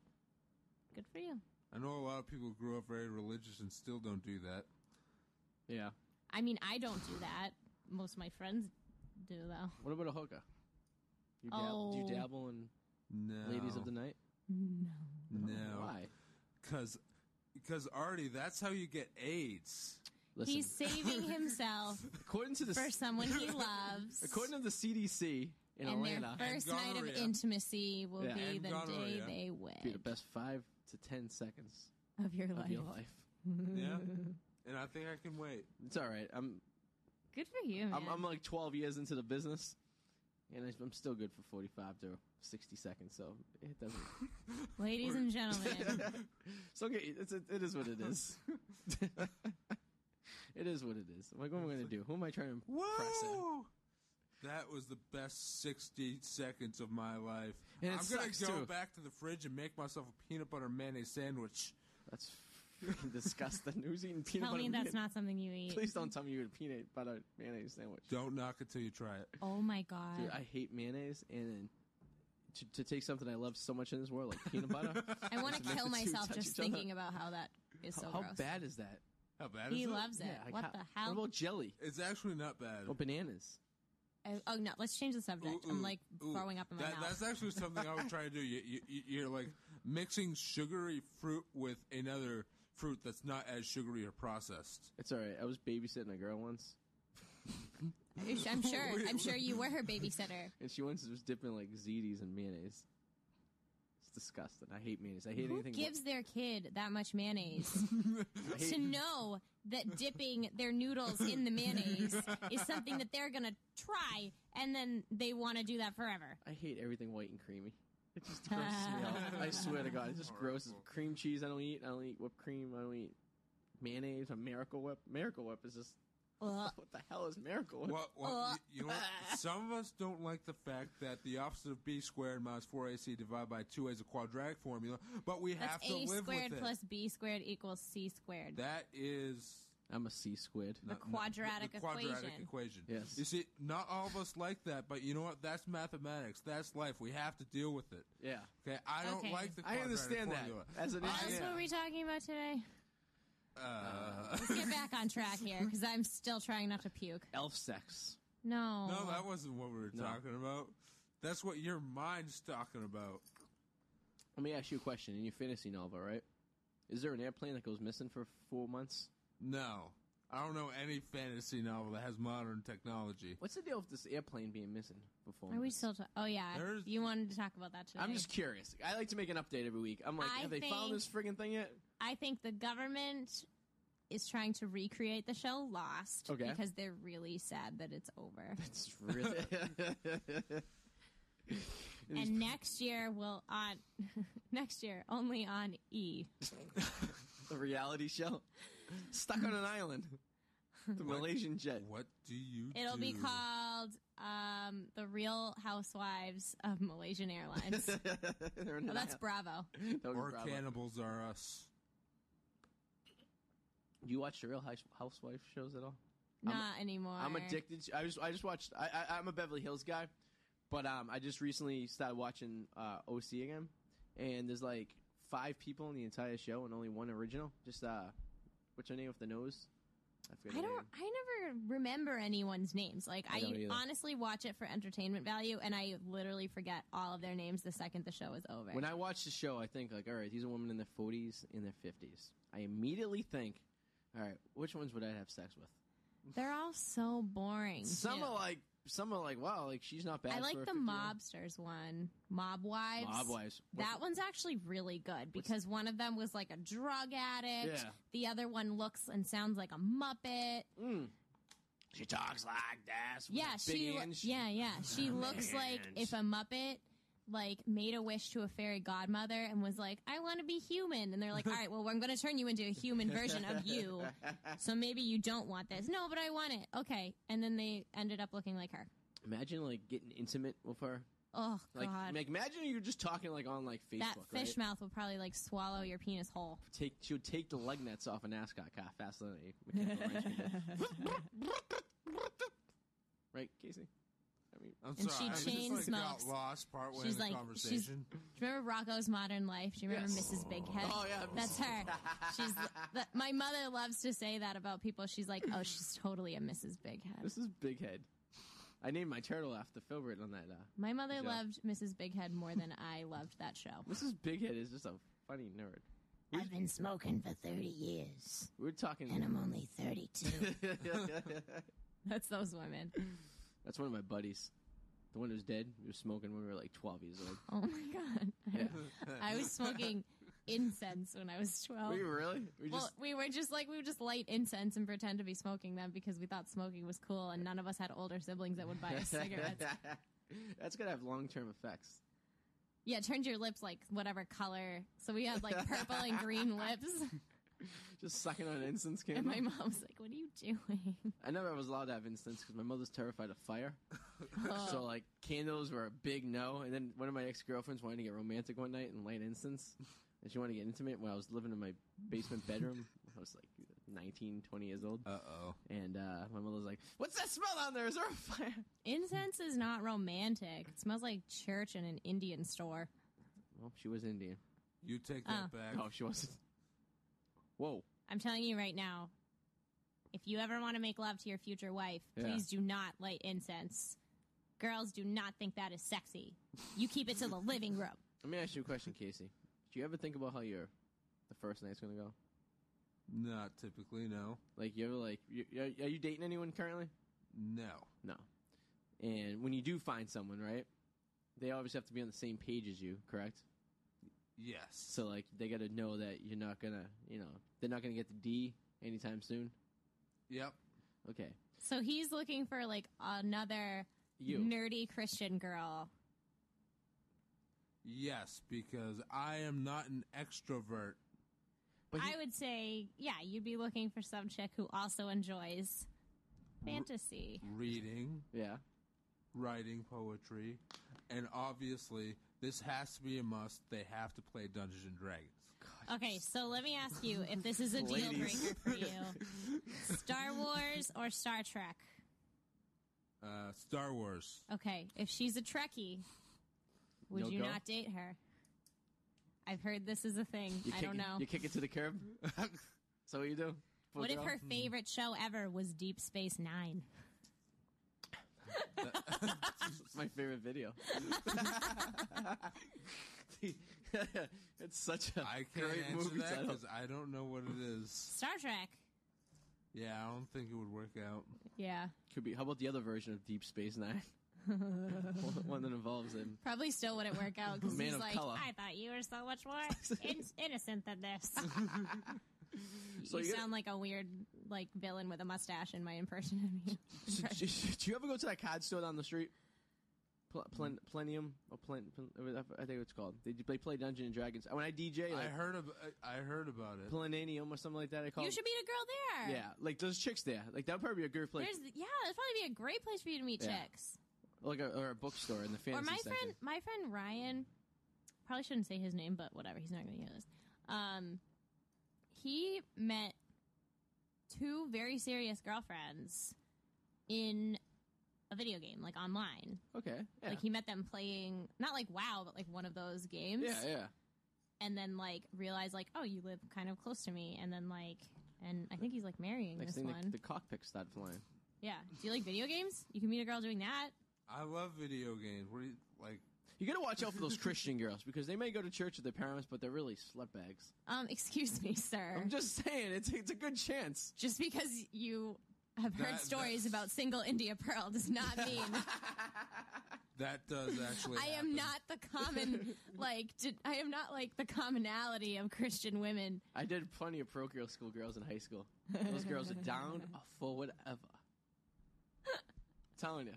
[SPEAKER 10] Good for you.
[SPEAKER 9] I know a lot of people grew up very religious and still don't do that.
[SPEAKER 8] Yeah.
[SPEAKER 10] I mean, I don't do that. Most of my friends do, though.
[SPEAKER 8] What about a hookah? You dab- do you
[SPEAKER 10] Oh.
[SPEAKER 8] dabble in
[SPEAKER 9] No.
[SPEAKER 8] ladies of the night?
[SPEAKER 9] No.
[SPEAKER 8] Why?
[SPEAKER 9] Because, because Artie, that's how you get AIDS.
[SPEAKER 8] Listen, <laughs>
[SPEAKER 10] He's saving himself
[SPEAKER 8] according to the
[SPEAKER 10] for someone he loves.
[SPEAKER 8] according to the CDC in
[SPEAKER 10] and
[SPEAKER 8] Atlanta,
[SPEAKER 10] their first night of
[SPEAKER 9] gonorrhea.
[SPEAKER 10] intimacy will
[SPEAKER 8] Yeah.
[SPEAKER 10] be
[SPEAKER 9] And
[SPEAKER 10] the
[SPEAKER 9] gonorrhea.
[SPEAKER 10] day they
[SPEAKER 8] be the
[SPEAKER 10] wed
[SPEAKER 8] best five to ten seconds
[SPEAKER 10] of your life.
[SPEAKER 8] of your life.
[SPEAKER 9] Yeah. and I think I can wait.
[SPEAKER 8] It's all right. I'm
[SPEAKER 10] Good for you, man.
[SPEAKER 8] I'm, I'm like 12 years into the business, and I- I'm still good for 45 to 60 seconds. So it doesn't. <laughs>
[SPEAKER 10] Ladies and gentlemen,
[SPEAKER 8] So okay, it's it, it is what it is. <laughs> it is what it is. Like, what am I going to do? Who am I trying to impress? here?
[SPEAKER 9] Whoa! That was the best 60 seconds of my life.
[SPEAKER 8] And it
[SPEAKER 9] I'm gonna
[SPEAKER 8] sucks,
[SPEAKER 9] go
[SPEAKER 8] too.
[SPEAKER 9] back to the fridge and make myself a peanut butter mayonnaise sandwich.
[SPEAKER 8] That's freaking disgusting. Who's eating peanut
[SPEAKER 10] tell
[SPEAKER 8] butter?
[SPEAKER 10] me that's
[SPEAKER 8] mayonnaise?
[SPEAKER 10] not something you
[SPEAKER 8] <laughs>
[SPEAKER 10] eat.
[SPEAKER 8] Please don't tell me you eat a peanut butter mayonnaise sandwich.
[SPEAKER 9] Don't knock it till you try it.
[SPEAKER 10] Oh my god.
[SPEAKER 8] Dude, I hate mayonnaise, and then to, to take something I love so much in this world, like peanut <laughs> butter.
[SPEAKER 10] I, want to
[SPEAKER 8] Just make
[SPEAKER 10] kill
[SPEAKER 8] the two
[SPEAKER 10] myself
[SPEAKER 8] touch each
[SPEAKER 10] just
[SPEAKER 8] other.
[SPEAKER 10] thinking about how that is so
[SPEAKER 8] how
[SPEAKER 10] gross.
[SPEAKER 8] bad is that?
[SPEAKER 9] How bad
[SPEAKER 10] He
[SPEAKER 9] is it?
[SPEAKER 10] loves it.
[SPEAKER 8] like,
[SPEAKER 10] what
[SPEAKER 8] how-
[SPEAKER 10] the hell?
[SPEAKER 8] What about jelly
[SPEAKER 9] It's actually not bad.
[SPEAKER 8] or bananas?
[SPEAKER 10] I, oh no, let's change the subject. I'm
[SPEAKER 9] Ooh,
[SPEAKER 10] like
[SPEAKER 9] ooh.
[SPEAKER 10] throwing up in my
[SPEAKER 9] That-
[SPEAKER 10] mouth.
[SPEAKER 9] That's actually something I would try to do. You, you, you- you're like mixing sugary fruit with another fruit that's not as sugary or processed.
[SPEAKER 8] It's all right. I was babysitting a girl once,
[SPEAKER 9] <laughs>
[SPEAKER 10] I'm sure. I'm sure you were her babysitter.
[SPEAKER 8] and she once was dipping like ziti's and mayonnaise. It's disgusting. I hate mayonnaise. I hate
[SPEAKER 10] Who
[SPEAKER 8] anything.
[SPEAKER 10] gives their kid that much
[SPEAKER 9] <laughs>
[SPEAKER 10] mayonnaise
[SPEAKER 8] I hate-
[SPEAKER 10] to know that dipping their noodles in
[SPEAKER 9] <laughs>
[SPEAKER 10] the mayonnaise is something that they're gonna try, and then they want to do that forever?
[SPEAKER 8] I hate everything white and creamy. It
[SPEAKER 10] <laughs>
[SPEAKER 8] just grosses me out. I swear to God, it just grosses. Cream cheese, I don't eat. I don't eat whipped cream. I don't eat mayonnaise. A Miracle Whip. Miracle Whip is just. What the hell is Miracle Whip?
[SPEAKER 9] Well,
[SPEAKER 10] Oh.
[SPEAKER 9] well you, you know
[SPEAKER 10] <laughs>
[SPEAKER 9] what? Some of us don't like the fact that the opposite of b squared minus 4ac divided by 2 is a quadratic formula, but we have
[SPEAKER 10] That's
[SPEAKER 9] to
[SPEAKER 10] a
[SPEAKER 9] live
[SPEAKER 10] squared
[SPEAKER 9] with
[SPEAKER 10] plus
[SPEAKER 9] it.
[SPEAKER 10] b squared equals c squared.
[SPEAKER 9] That is
[SPEAKER 8] I'm a sea squid.
[SPEAKER 10] the quadratic
[SPEAKER 9] the quadratic
[SPEAKER 10] equation.
[SPEAKER 9] equation.
[SPEAKER 8] Yes.
[SPEAKER 9] You see, not all of us like that, but you know what? That's mathematics. That's life. We have to deal with it.
[SPEAKER 8] Yeah.
[SPEAKER 9] Okay, I don't
[SPEAKER 10] Okay.
[SPEAKER 9] like the
[SPEAKER 8] I
[SPEAKER 9] quadratic
[SPEAKER 8] understand that.
[SPEAKER 9] formula.
[SPEAKER 8] As an
[SPEAKER 10] What else
[SPEAKER 8] engineer.
[SPEAKER 10] were we talking about today?
[SPEAKER 9] Uh,
[SPEAKER 10] Let's get back on track here because I'm still trying not to puke.
[SPEAKER 8] Elf sex.
[SPEAKER 9] <laughs>
[SPEAKER 10] No.
[SPEAKER 9] no, that wasn't what we were talking about. That's what your mind's talking about.
[SPEAKER 8] Let me ask you a question. In your fantasy novel, right? Is there an airplane that goes missing for four months?
[SPEAKER 9] No. I don't know any fantasy novel that has modern technology.
[SPEAKER 8] What's the deal with this airplane being missing for four
[SPEAKER 10] Are we
[SPEAKER 8] months?
[SPEAKER 10] still? Ta- oh yeah,
[SPEAKER 9] There's-
[SPEAKER 10] you wanted to talk about that today.
[SPEAKER 8] I'm just curious. I like to make an update every week. I'm like,
[SPEAKER 10] I
[SPEAKER 8] have they found
[SPEAKER 10] think-
[SPEAKER 8] this friggin' thing yet?
[SPEAKER 10] I think the government is trying to recreate the show Lost
[SPEAKER 8] Okay.
[SPEAKER 10] because they're really sad that it's
[SPEAKER 8] <laughs>
[SPEAKER 10] over.
[SPEAKER 8] It's really. <laughs>
[SPEAKER 10] and next year will on <laughs> next year only on E.
[SPEAKER 8] the reality show. Stuck on an island. The Malaysian jet. <laughs>
[SPEAKER 9] What do you
[SPEAKER 10] It'll be
[SPEAKER 9] do?
[SPEAKER 10] called um, the Real Housewives of
[SPEAKER 8] <laughs>
[SPEAKER 10] Malaysian Airlines. oh,
[SPEAKER 8] They're in an
[SPEAKER 10] that's
[SPEAKER 8] island.
[SPEAKER 10] Bravo.
[SPEAKER 8] That would be
[SPEAKER 9] Or
[SPEAKER 8] Bravo.
[SPEAKER 9] Cannibals Are Us.
[SPEAKER 8] Do you watch the Real Hous- Housewife shows at all?
[SPEAKER 10] Not anymore.
[SPEAKER 8] I'm addicted. To, I just I just watched. I, I I'm a Beverly Hills guy, but um, I just recently started watching uh, OC again, and there's like five people in the entire show and only one original. Just uh, what's her name with the nose? forget
[SPEAKER 10] I
[SPEAKER 8] her
[SPEAKER 10] don't.
[SPEAKER 8] name.
[SPEAKER 10] I never remember anyone's names. Like
[SPEAKER 8] I
[SPEAKER 10] I,
[SPEAKER 8] don't either.
[SPEAKER 10] honestly watch it for entertainment value, and I literally forget all of their names the second the show is over.
[SPEAKER 8] When I watch the show, I think like, all right, these are women in their 40s, in their 50s. I immediately think, all right, which ones would I have sex with?
[SPEAKER 10] They're all so boring.
[SPEAKER 8] Some
[SPEAKER 10] too.
[SPEAKER 8] are like, some are like, wow, like she's not bad.
[SPEAKER 10] I like
[SPEAKER 8] for a
[SPEAKER 10] the
[SPEAKER 8] 50-year-old.
[SPEAKER 10] mobsters one, Mob Wives.
[SPEAKER 8] Mob wives.
[SPEAKER 10] That one's actually really good because one of them was like a drug addict.
[SPEAKER 8] Yeah.
[SPEAKER 10] The other one looks and sounds like a Muppet.
[SPEAKER 8] Mm. She talks like this. with
[SPEAKER 10] Yeah,
[SPEAKER 8] a big
[SPEAKER 10] she. lo-
[SPEAKER 8] Ange. Oh,
[SPEAKER 10] yeah, yeah. She looks like if a Muppet like made a wish to a fairy godmother and was like, "I want to be human," and
[SPEAKER 8] <laughs>
[SPEAKER 10] they're like, "All right, well, I'm going to turn you into a human version of you. So maybe you don't want this. No, but I want it. Okay." And then they ended up looking like her.
[SPEAKER 8] <laughs> Imagine like getting intimate with her.
[SPEAKER 10] Oh
[SPEAKER 8] Like,
[SPEAKER 10] God.
[SPEAKER 8] like, imagine you're just talking like on like Facebook.
[SPEAKER 10] that fish
[SPEAKER 8] right?
[SPEAKER 10] mouth will probably like swallow your penis whole.
[SPEAKER 8] take she would take the leg nets off a NASCAR car faster than a
[SPEAKER 10] <laughs>
[SPEAKER 8] mechanical wrench can do. <laughs> right, Casey? I mean,
[SPEAKER 9] I'm
[SPEAKER 10] And
[SPEAKER 9] sorry.
[SPEAKER 10] she chain
[SPEAKER 9] I just, like,
[SPEAKER 10] smokes.
[SPEAKER 9] got lost partway
[SPEAKER 10] She's
[SPEAKER 9] in the
[SPEAKER 10] like-
[SPEAKER 9] conversation.
[SPEAKER 10] Do you remember Rocco's Modern Life? Do you remember
[SPEAKER 8] Yes.
[SPEAKER 10] Mrs. Big Head?
[SPEAKER 8] Oh, yeah.
[SPEAKER 10] that's her. She's that, my mother loves to say that about people. She's like, oh, she's totally a Mrs. Big Head.
[SPEAKER 8] this is Big Head. I named my turtle after Filbert on that. Uh,
[SPEAKER 10] My mother
[SPEAKER 8] Yeah.
[SPEAKER 10] loved Mrs. Big Head more than I loved that show.
[SPEAKER 8] Mrs. Big Head is just a funny nerd.
[SPEAKER 7] I've been smoking for 30 years,
[SPEAKER 8] We were talking.
[SPEAKER 7] and I'm only 32.
[SPEAKER 10] <laughs> That's those women.
[SPEAKER 8] <laughs> That's one of my buddies. The one who's dead. We were smoking when we were like 12 years old.
[SPEAKER 10] Oh my god,
[SPEAKER 8] Yeah.
[SPEAKER 9] <laughs>
[SPEAKER 10] I was smoking incense when I was twelve.
[SPEAKER 8] Were you really? We
[SPEAKER 10] Well,
[SPEAKER 8] just
[SPEAKER 10] we were just like we would just light incense and pretend to be smoking them because we thought smoking was cool, and none of us had older siblings that would buy
[SPEAKER 8] <laughs>
[SPEAKER 10] us cigarettes.
[SPEAKER 8] That's gonna have long term effects.
[SPEAKER 10] Yeah, it turned your lips like whatever color. So we had like purple
[SPEAKER 8] <laughs>
[SPEAKER 10] and green lips,
[SPEAKER 8] Just sucking on an incense
[SPEAKER 10] and
[SPEAKER 8] candle.
[SPEAKER 10] my mom was like, "What are you doing?"
[SPEAKER 8] I never was allowed to have incense because my mother's terrified of fire. <laughs>
[SPEAKER 10] Uh-huh.
[SPEAKER 8] So uh, like candles were a big no. And then one of my ex girlfriends wanted to get romantic one night and light incense, and she wanted to get intimate when I was living in my basement bedroom. I was like 19, 20 years old,
[SPEAKER 9] Uh oh.
[SPEAKER 8] and uh, my mother was like, "What's that smell down there? Is there a fire?"
[SPEAKER 10] Incense is not romantic. It smells like church and an Indian store.
[SPEAKER 8] Well, she was Indian.
[SPEAKER 9] You take
[SPEAKER 10] Oh.
[SPEAKER 9] that back.
[SPEAKER 8] No, she wasn't. Whoa.
[SPEAKER 10] I'm telling you right now, if you ever want to make love to your future wife,
[SPEAKER 8] Yeah.
[SPEAKER 10] please do not light incense. Girls do not think that is sexy. You keep it to the living room.
[SPEAKER 8] Let me ask you a question, Casey. Do you ever think about how your the first night's gonna go?
[SPEAKER 9] Not typically, no.
[SPEAKER 8] Like, you ever like, you, you- are you dating anyone currently?
[SPEAKER 9] No.
[SPEAKER 8] No. And when you do find someone, right? They always have to be on the same page as you, correct?
[SPEAKER 9] Yes.
[SPEAKER 8] So like, they got to know that you're not gonna, you know, they're not gonna get the D anytime soon.
[SPEAKER 9] Yep.
[SPEAKER 8] Okay,
[SPEAKER 10] So he's looking for like another
[SPEAKER 8] you.
[SPEAKER 10] nerdy Christian girl.
[SPEAKER 9] Yes, because I am not an extrovert.
[SPEAKER 8] but he-
[SPEAKER 10] I would say, yeah, you'd be looking for some chick who also enjoys fantasy.
[SPEAKER 9] Reading,
[SPEAKER 8] yeah.
[SPEAKER 9] writing poetry, and obviously this has to be a must. They have to play Dungeons and Dragons.
[SPEAKER 10] Okay, so let me ask you if this is a deal breaker for you Star Wars or Star Trek?
[SPEAKER 9] Uh, Star Wars.
[SPEAKER 10] Okay, if she's a Trekkie, would
[SPEAKER 8] No
[SPEAKER 10] you
[SPEAKER 8] go?
[SPEAKER 10] not date her? I've heard this is a thing.
[SPEAKER 8] You
[SPEAKER 10] I
[SPEAKER 8] kick,
[SPEAKER 10] don't know.
[SPEAKER 8] You kick it to the
[SPEAKER 10] <laughs>
[SPEAKER 8] curb. <laughs> so what you do? Fuck
[SPEAKER 10] What
[SPEAKER 8] it
[SPEAKER 10] if
[SPEAKER 8] off?
[SPEAKER 10] her favorite show ever was Deep Space Nine?
[SPEAKER 8] It's <laughs> my favorite video. <laughs> it's such a
[SPEAKER 9] I can't
[SPEAKER 8] great
[SPEAKER 9] answer
[SPEAKER 8] movie
[SPEAKER 9] that
[SPEAKER 8] title.
[SPEAKER 9] because I don't know what it is.
[SPEAKER 10] Star Trek.
[SPEAKER 9] Yeah, I don't think it would work out.
[SPEAKER 10] Yeah.
[SPEAKER 8] Could be. How about the other version of Deep Space Nine? <laughs> one, one that involves him.
[SPEAKER 10] Probably still wouldn't
[SPEAKER 8] <laughs>
[SPEAKER 10] work out because
[SPEAKER 8] Man
[SPEAKER 10] he's
[SPEAKER 8] of
[SPEAKER 10] like,
[SPEAKER 8] color.
[SPEAKER 10] I thought you were so
[SPEAKER 8] <laughs>
[SPEAKER 10] much more in- innocent than this.
[SPEAKER 8] So
[SPEAKER 10] you
[SPEAKER 8] you gotta-
[SPEAKER 10] sound like a weird like villain with a mustache in my impression
[SPEAKER 8] <laughs>
[SPEAKER 10] of me.
[SPEAKER 8] So, do, do you ever go to that card store down the street? Pl- plen- Plenium or plen- Plen- I think it's called. They, they play Dungeons and Dragons. When I DJ,
[SPEAKER 9] I
[SPEAKER 8] like
[SPEAKER 9] heard of I heard about it.
[SPEAKER 8] Plenanium or something like that. I call.
[SPEAKER 10] you should meet a girl there.
[SPEAKER 8] Yeah, like there's chicks there. Like that would probably be a good place,
[SPEAKER 10] There's, yeah, that'd probably be a great place for you to meet
[SPEAKER 8] Yeah.
[SPEAKER 10] chicks.
[SPEAKER 8] like a, or a bookstore in the fantasy
[SPEAKER 10] or my
[SPEAKER 8] section.
[SPEAKER 10] friend, my friend Ryan, probably shouldn't say his name, but whatever. He's not going to hear this. Um, he met two very serious girlfriends in a video game, like online.
[SPEAKER 8] Okay, yeah,
[SPEAKER 10] Like he met them playing not like WoW, but like one of those games.
[SPEAKER 8] yeah, yeah.
[SPEAKER 10] And then like realized like, oh, you live kind of close to me. And then like, and I think he's like marrying
[SPEAKER 8] Next
[SPEAKER 10] this
[SPEAKER 8] thing,
[SPEAKER 10] one.
[SPEAKER 8] the, the cockpit started flying.
[SPEAKER 10] yeah. Do you like video games? You can meet a girl doing that.
[SPEAKER 9] I love video games. What do you, like?
[SPEAKER 8] You gotta watch out for those Christian girls because they may go to church with their parents, but they're really slutbags.
[SPEAKER 10] Um, <laughs> excuse me, sir.
[SPEAKER 8] I'm
[SPEAKER 10] Just,
[SPEAKER 8] just saying, it's it's a good chance.
[SPEAKER 10] because you have heard
[SPEAKER 9] That-
[SPEAKER 10] stories
[SPEAKER 9] that-
[SPEAKER 10] about single India Pearl
[SPEAKER 9] <laughs>
[SPEAKER 10] does not mean
[SPEAKER 9] That does actually.
[SPEAKER 10] I
[SPEAKER 9] happen.
[SPEAKER 10] am not the
[SPEAKER 9] <laughs>
[SPEAKER 10] common like d- I am not like the commonality of Christian women.
[SPEAKER 8] I did plenty of parochial school girls in high school. Those girls are down or for whatever. telling you.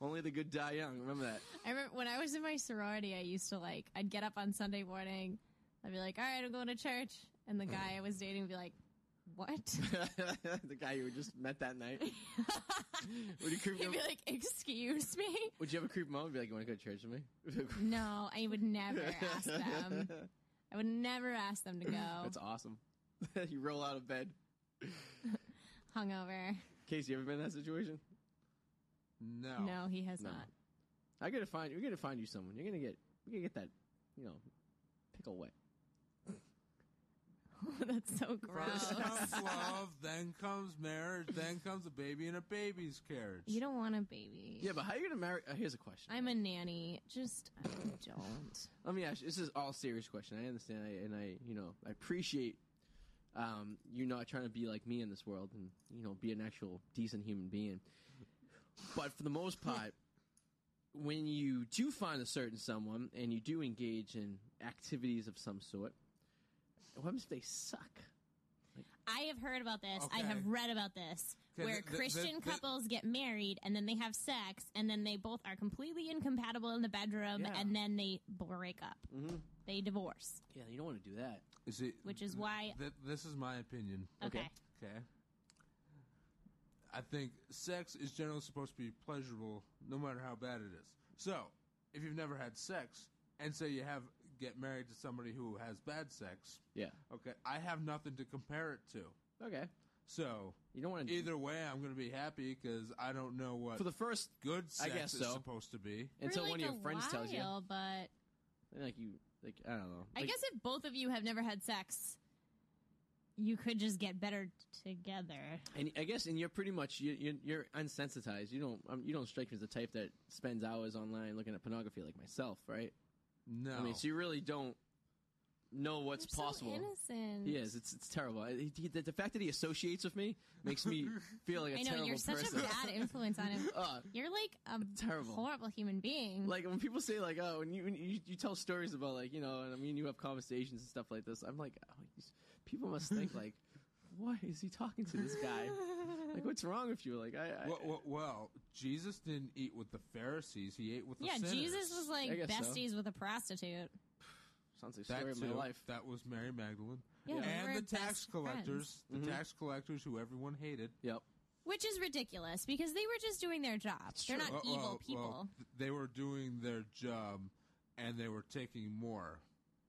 [SPEAKER 8] Only the good die young. Remember that.
[SPEAKER 10] I remember when I was in my sorority, I used to like, I'd get up on Sunday morning, I'd be like, all right, I'm going to church. And the
[SPEAKER 9] Hmm.
[SPEAKER 10] guy I was dating would be like,
[SPEAKER 9] <laughs>
[SPEAKER 10] what? <laughs>
[SPEAKER 8] <laughs> the guy you just met that night. would you
[SPEAKER 10] <laughs>
[SPEAKER 8] creep
[SPEAKER 10] He'd
[SPEAKER 8] him?
[SPEAKER 10] be like, excuse me?
[SPEAKER 8] Would you ever creep him out and be like, "You want to go to church with me?" <laughs>
[SPEAKER 10] No, I would never ask <laughs> them. I would never ask them to go
[SPEAKER 8] That's awesome. <laughs> you roll out of bed.
[SPEAKER 10] hungover.
[SPEAKER 8] Casey, you ever been in that situation?
[SPEAKER 9] No.
[SPEAKER 10] No, he has
[SPEAKER 8] No.
[SPEAKER 10] not. <laughs>
[SPEAKER 8] I gotta find. We're gonna find you someone. You're gonna get. You're gonna get that. You know, pickle wet.
[SPEAKER 10] Oh, That's so
[SPEAKER 9] First
[SPEAKER 10] gross. <laughs>
[SPEAKER 9] comes love, then comes marriage, then comes a baby in a baby's carriage.
[SPEAKER 10] You don't want a baby.
[SPEAKER 8] Yeah, but how are you gonna marry? Uh, here's a question.
[SPEAKER 10] I'm a nanny. Just, I don't.
[SPEAKER 8] Let me ask you. This is all serious question. I understand, I, and I, you know, I appreciate um, you not trying to be like me in this world, and you know, be an actual decent human being. But for the most part, <laughs> when you do find a certain someone and you do engage in activities of some sort, what happens if they suck?
[SPEAKER 10] I have heard about this. I
[SPEAKER 9] Okay.
[SPEAKER 10] have read about this.
[SPEAKER 9] Okay,
[SPEAKER 10] where
[SPEAKER 9] th- th-
[SPEAKER 10] Christian
[SPEAKER 9] th- th-
[SPEAKER 10] couples get married and then they have sex and then they both are completely incompatible in the bedroom
[SPEAKER 8] Yeah.
[SPEAKER 10] and then they break up.
[SPEAKER 9] Mm-hmm.
[SPEAKER 8] Mhm.
[SPEAKER 10] They divorce,
[SPEAKER 8] Yeah, you don't want to do that.
[SPEAKER 9] Is it-
[SPEAKER 10] which is why.
[SPEAKER 9] Mm-hmm. Th- this is my opinion.
[SPEAKER 10] Okay.
[SPEAKER 8] Okay.
[SPEAKER 9] Okay. I think sex is generally supposed to be pleasurable no matter how bad it is. So, if you've never had sex and say you have get married to somebody who has bad sex,
[SPEAKER 8] Yeah.
[SPEAKER 9] okay, I have nothing to compare it to.
[SPEAKER 8] Okay.
[SPEAKER 9] So,
[SPEAKER 8] You don't want to
[SPEAKER 9] either way, I'm going to be happy because I don't know what
[SPEAKER 8] for the first
[SPEAKER 9] good
[SPEAKER 8] I
[SPEAKER 9] sex
[SPEAKER 8] guess
[SPEAKER 9] is
[SPEAKER 8] so.
[SPEAKER 9] supposed to be.
[SPEAKER 10] for,
[SPEAKER 8] until one
[SPEAKER 10] like,
[SPEAKER 8] of your
[SPEAKER 10] a
[SPEAKER 8] friends tells you,
[SPEAKER 10] while, But
[SPEAKER 8] like you, like I don't know.
[SPEAKER 10] I
[SPEAKER 8] Like,
[SPEAKER 10] guess if both of you have never had sex you could just get better together.
[SPEAKER 8] And I guess, and you're pretty much you, you're, you're unsensitized. You don't um, you don't strike me as the type that spends hours online looking at pornography like myself, right?
[SPEAKER 9] No.
[SPEAKER 8] I mean, so you really don't know what's
[SPEAKER 10] You're so
[SPEAKER 8] possible.
[SPEAKER 10] innocent.
[SPEAKER 8] He is. It's it's terrible. I- he- he- the, the fact that he associates with me makes
[SPEAKER 9] <laughs>
[SPEAKER 8] me feel like a
[SPEAKER 10] I know
[SPEAKER 8] terrible
[SPEAKER 10] you're such
[SPEAKER 8] person.
[SPEAKER 10] a
[SPEAKER 8] <laughs>
[SPEAKER 10] bad influence on him.
[SPEAKER 8] Uh,
[SPEAKER 10] You're like a
[SPEAKER 8] <laughs> Terrible.
[SPEAKER 10] horrible human being.
[SPEAKER 8] like when people say like oh and you, when you you tell stories about like you know and I mean you have conversations and stuff like this I'm like oh, he's- people must
[SPEAKER 9] <laughs>
[SPEAKER 8] think like why is he talking to this guy like what's wrong with you like I, I
[SPEAKER 9] Well, well, well, Jesus didn't eat with the Pharisees. He ate with the
[SPEAKER 10] yeah,
[SPEAKER 9] sinners.
[SPEAKER 10] Jesus was like
[SPEAKER 8] I guess so.
[SPEAKER 10] besties with a prostitute.
[SPEAKER 8] sounds like a
[SPEAKER 9] that
[SPEAKER 8] story of my
[SPEAKER 9] too.
[SPEAKER 8] life
[SPEAKER 9] That was Mary Magdalene.
[SPEAKER 10] Yeah, they
[SPEAKER 9] and
[SPEAKER 10] were
[SPEAKER 9] the tax
[SPEAKER 10] best
[SPEAKER 9] collectors.
[SPEAKER 8] Mm-hmm.
[SPEAKER 9] The tax collectors who everyone hated.
[SPEAKER 8] yep
[SPEAKER 10] Which is ridiculous because they were just doing their job. They're not
[SPEAKER 9] Uh, Well,
[SPEAKER 10] evil
[SPEAKER 9] well,
[SPEAKER 10] people.
[SPEAKER 9] well, th- they were doing their job and they were taking more.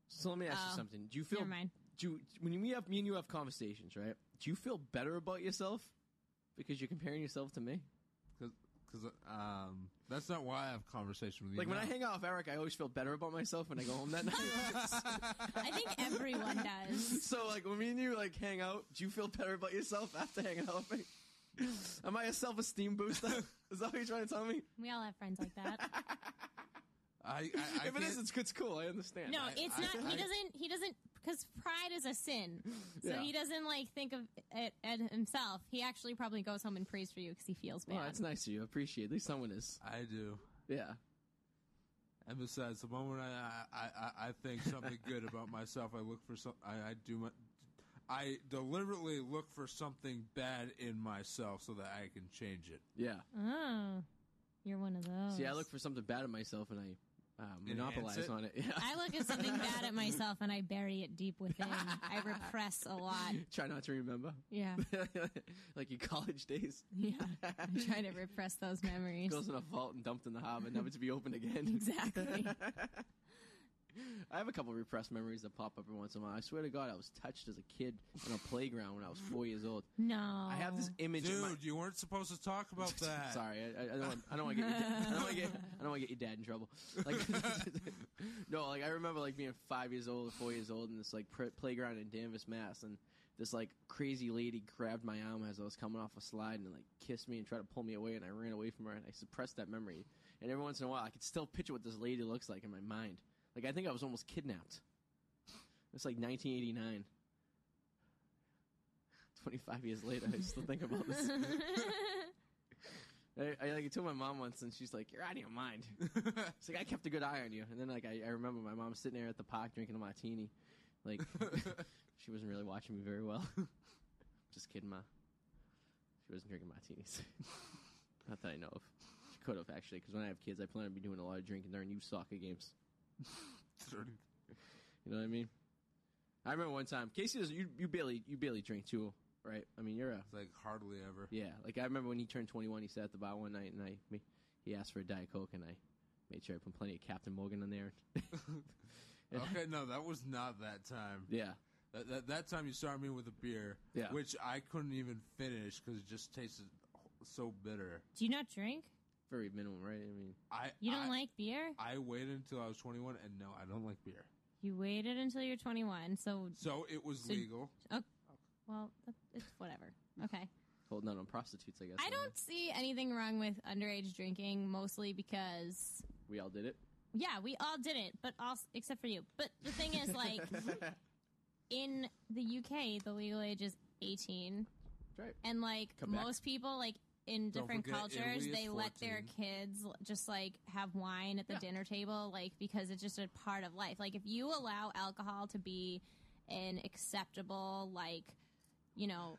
[SPEAKER 8] so let me ask you
[SPEAKER 10] Oh.
[SPEAKER 8] something do you feel
[SPEAKER 10] Never mind.
[SPEAKER 8] do you, when we have me and you have conversations right do you feel better about yourself because you're comparing yourself to me
[SPEAKER 9] Because um, that's not why I have conversation with you.
[SPEAKER 8] like when
[SPEAKER 9] now.
[SPEAKER 8] I hang out with Eric I always feel better about myself when I go home that
[SPEAKER 10] <laughs>
[SPEAKER 8] night.
[SPEAKER 10] I think <laughs> everyone does.
[SPEAKER 8] So like when me and you like hang out, do you feel better about yourself after hanging out with me? Am I a self esteem booster?
[SPEAKER 10] <laughs>
[SPEAKER 8] Is that what you're trying to tell me?
[SPEAKER 10] We all have friends like that.
[SPEAKER 9] I, I, I
[SPEAKER 8] <laughs> if it is,
[SPEAKER 9] can't-
[SPEAKER 8] it's, it's cool. I understand.
[SPEAKER 10] No,
[SPEAKER 9] I-
[SPEAKER 10] it's
[SPEAKER 9] I-
[SPEAKER 10] not.
[SPEAKER 9] I-
[SPEAKER 10] he doesn't. He doesn't because pride is a sin. So
[SPEAKER 8] Yeah.
[SPEAKER 10] he doesn't like think of it, at himself. He actually probably goes home and prays for you because he feels bad.
[SPEAKER 8] Well, that's oh, nice of you. I appreciate. it. At least someone is.
[SPEAKER 9] I do.
[SPEAKER 8] Yeah.
[SPEAKER 9] And besides, the moment I I, I, I think something good about myself, I look for some. I, I do my. I deliberately look for something bad in myself so that I can change it.
[SPEAKER 8] Yeah.
[SPEAKER 10] Oh, you're one of those.
[SPEAKER 8] See, I look for something bad at myself and I um,
[SPEAKER 9] Enhance
[SPEAKER 8] monopolize
[SPEAKER 9] it?
[SPEAKER 8] on it. <laughs> Yeah.
[SPEAKER 10] I look at something bad at myself and I bury it deep within. I repress a lot.
[SPEAKER 8] <laughs> Try not to remember.
[SPEAKER 10] Yeah,
[SPEAKER 8] like your college days. <laughs>
[SPEAKER 10] yeah. I try to repress those memories.
[SPEAKER 8] Goes in a vault and dumped in the harbor, never to be opened again.
[SPEAKER 10] Exactly.
[SPEAKER 8] <laughs> I have a couple repressed memories that pop up every once in a while. I swear to God, I was touched as a kid on a playground when I was four years old.
[SPEAKER 10] No,
[SPEAKER 8] I have this image. in my-
[SPEAKER 9] Dude, you weren't supposed to talk
[SPEAKER 8] <laughs>
[SPEAKER 9] about that.
[SPEAKER 8] Sorry, I, I I don't. Want, I don't want to get. your da- I don't want to get. I don't want to get your dad in trouble. Like, <laughs> no, like I remember like being five years old, or four years old, in this like pr- playground in Danvers, Mass, and this like crazy lady grabbed my arm as I was coming off a slide and like kissed me and tried to pull me away, and I ran away from her, and I suppressed that memory. And every once in a while, I could still picture what this lady looks like in my mind. Like I think I was almost kidnapped. It's like 1989. 25 years later, I still think about this. I, I like I told my mom once, and she's like, "You're out of your mind." It's like I kept a good eye on you, and then like I, I remember my mom sitting there at the park drinking a martini, like she wasn't really watching me very well. <laughs> Just kidding, ma. She wasn't drinking martinis. <laughs> Not that I know of. She could have actually, because when I have kids, I plan to be doing a lot of drinking during youth soccer games. You know what I mean? I remember one time, Casey, doesn't- you you barely you barely drink too, right? I mean, you're a
[SPEAKER 9] It's like hardly
[SPEAKER 8] <laughs>
[SPEAKER 9] ever.
[SPEAKER 8] yeah, like I remember when he turned 21, he sat at the bar one night and I me, he asked for a Diet Coke and I made sure I put plenty of Captain Morgan in there.
[SPEAKER 9] Okay, no, that was not that time.
[SPEAKER 8] <laughs> yeah.
[SPEAKER 9] That, that, that time you saw me with a beer,
[SPEAKER 8] Yeah.
[SPEAKER 9] which I couldn't even finish because it just tasted so bitter.
[SPEAKER 10] Do you not drink?
[SPEAKER 8] Very minimum, right? I mean,
[SPEAKER 9] I
[SPEAKER 10] You don't
[SPEAKER 9] I-
[SPEAKER 10] like beer?
[SPEAKER 9] I waited until I was 21, and no, I don't like beer.
[SPEAKER 10] You waited until you're 21, so
[SPEAKER 9] So it was
[SPEAKER 10] So-
[SPEAKER 9] legal.
[SPEAKER 10] oh, well, that- it's whatever. Okay.
[SPEAKER 8] holding out on prostitutes, I guess.
[SPEAKER 10] I don't see anything wrong with underage drinking, mostly because
[SPEAKER 8] We all did it.
[SPEAKER 10] yeah, we all did it, but also except for you. But the thing
[SPEAKER 9] <laughs>
[SPEAKER 10] is, like in the UK, the legal age is 18,
[SPEAKER 8] That's right.
[SPEAKER 10] and like
[SPEAKER 8] Quebec.
[SPEAKER 10] most people, like in
[SPEAKER 9] Don't
[SPEAKER 10] different
[SPEAKER 9] forget,
[SPEAKER 10] cultures,
[SPEAKER 9] Italy is
[SPEAKER 10] they let their
[SPEAKER 9] 14.
[SPEAKER 10] kids l- just like have wine at the dinner table, like because it's just a part of life. Like if you allow alcohol to be an acceptable, like you know,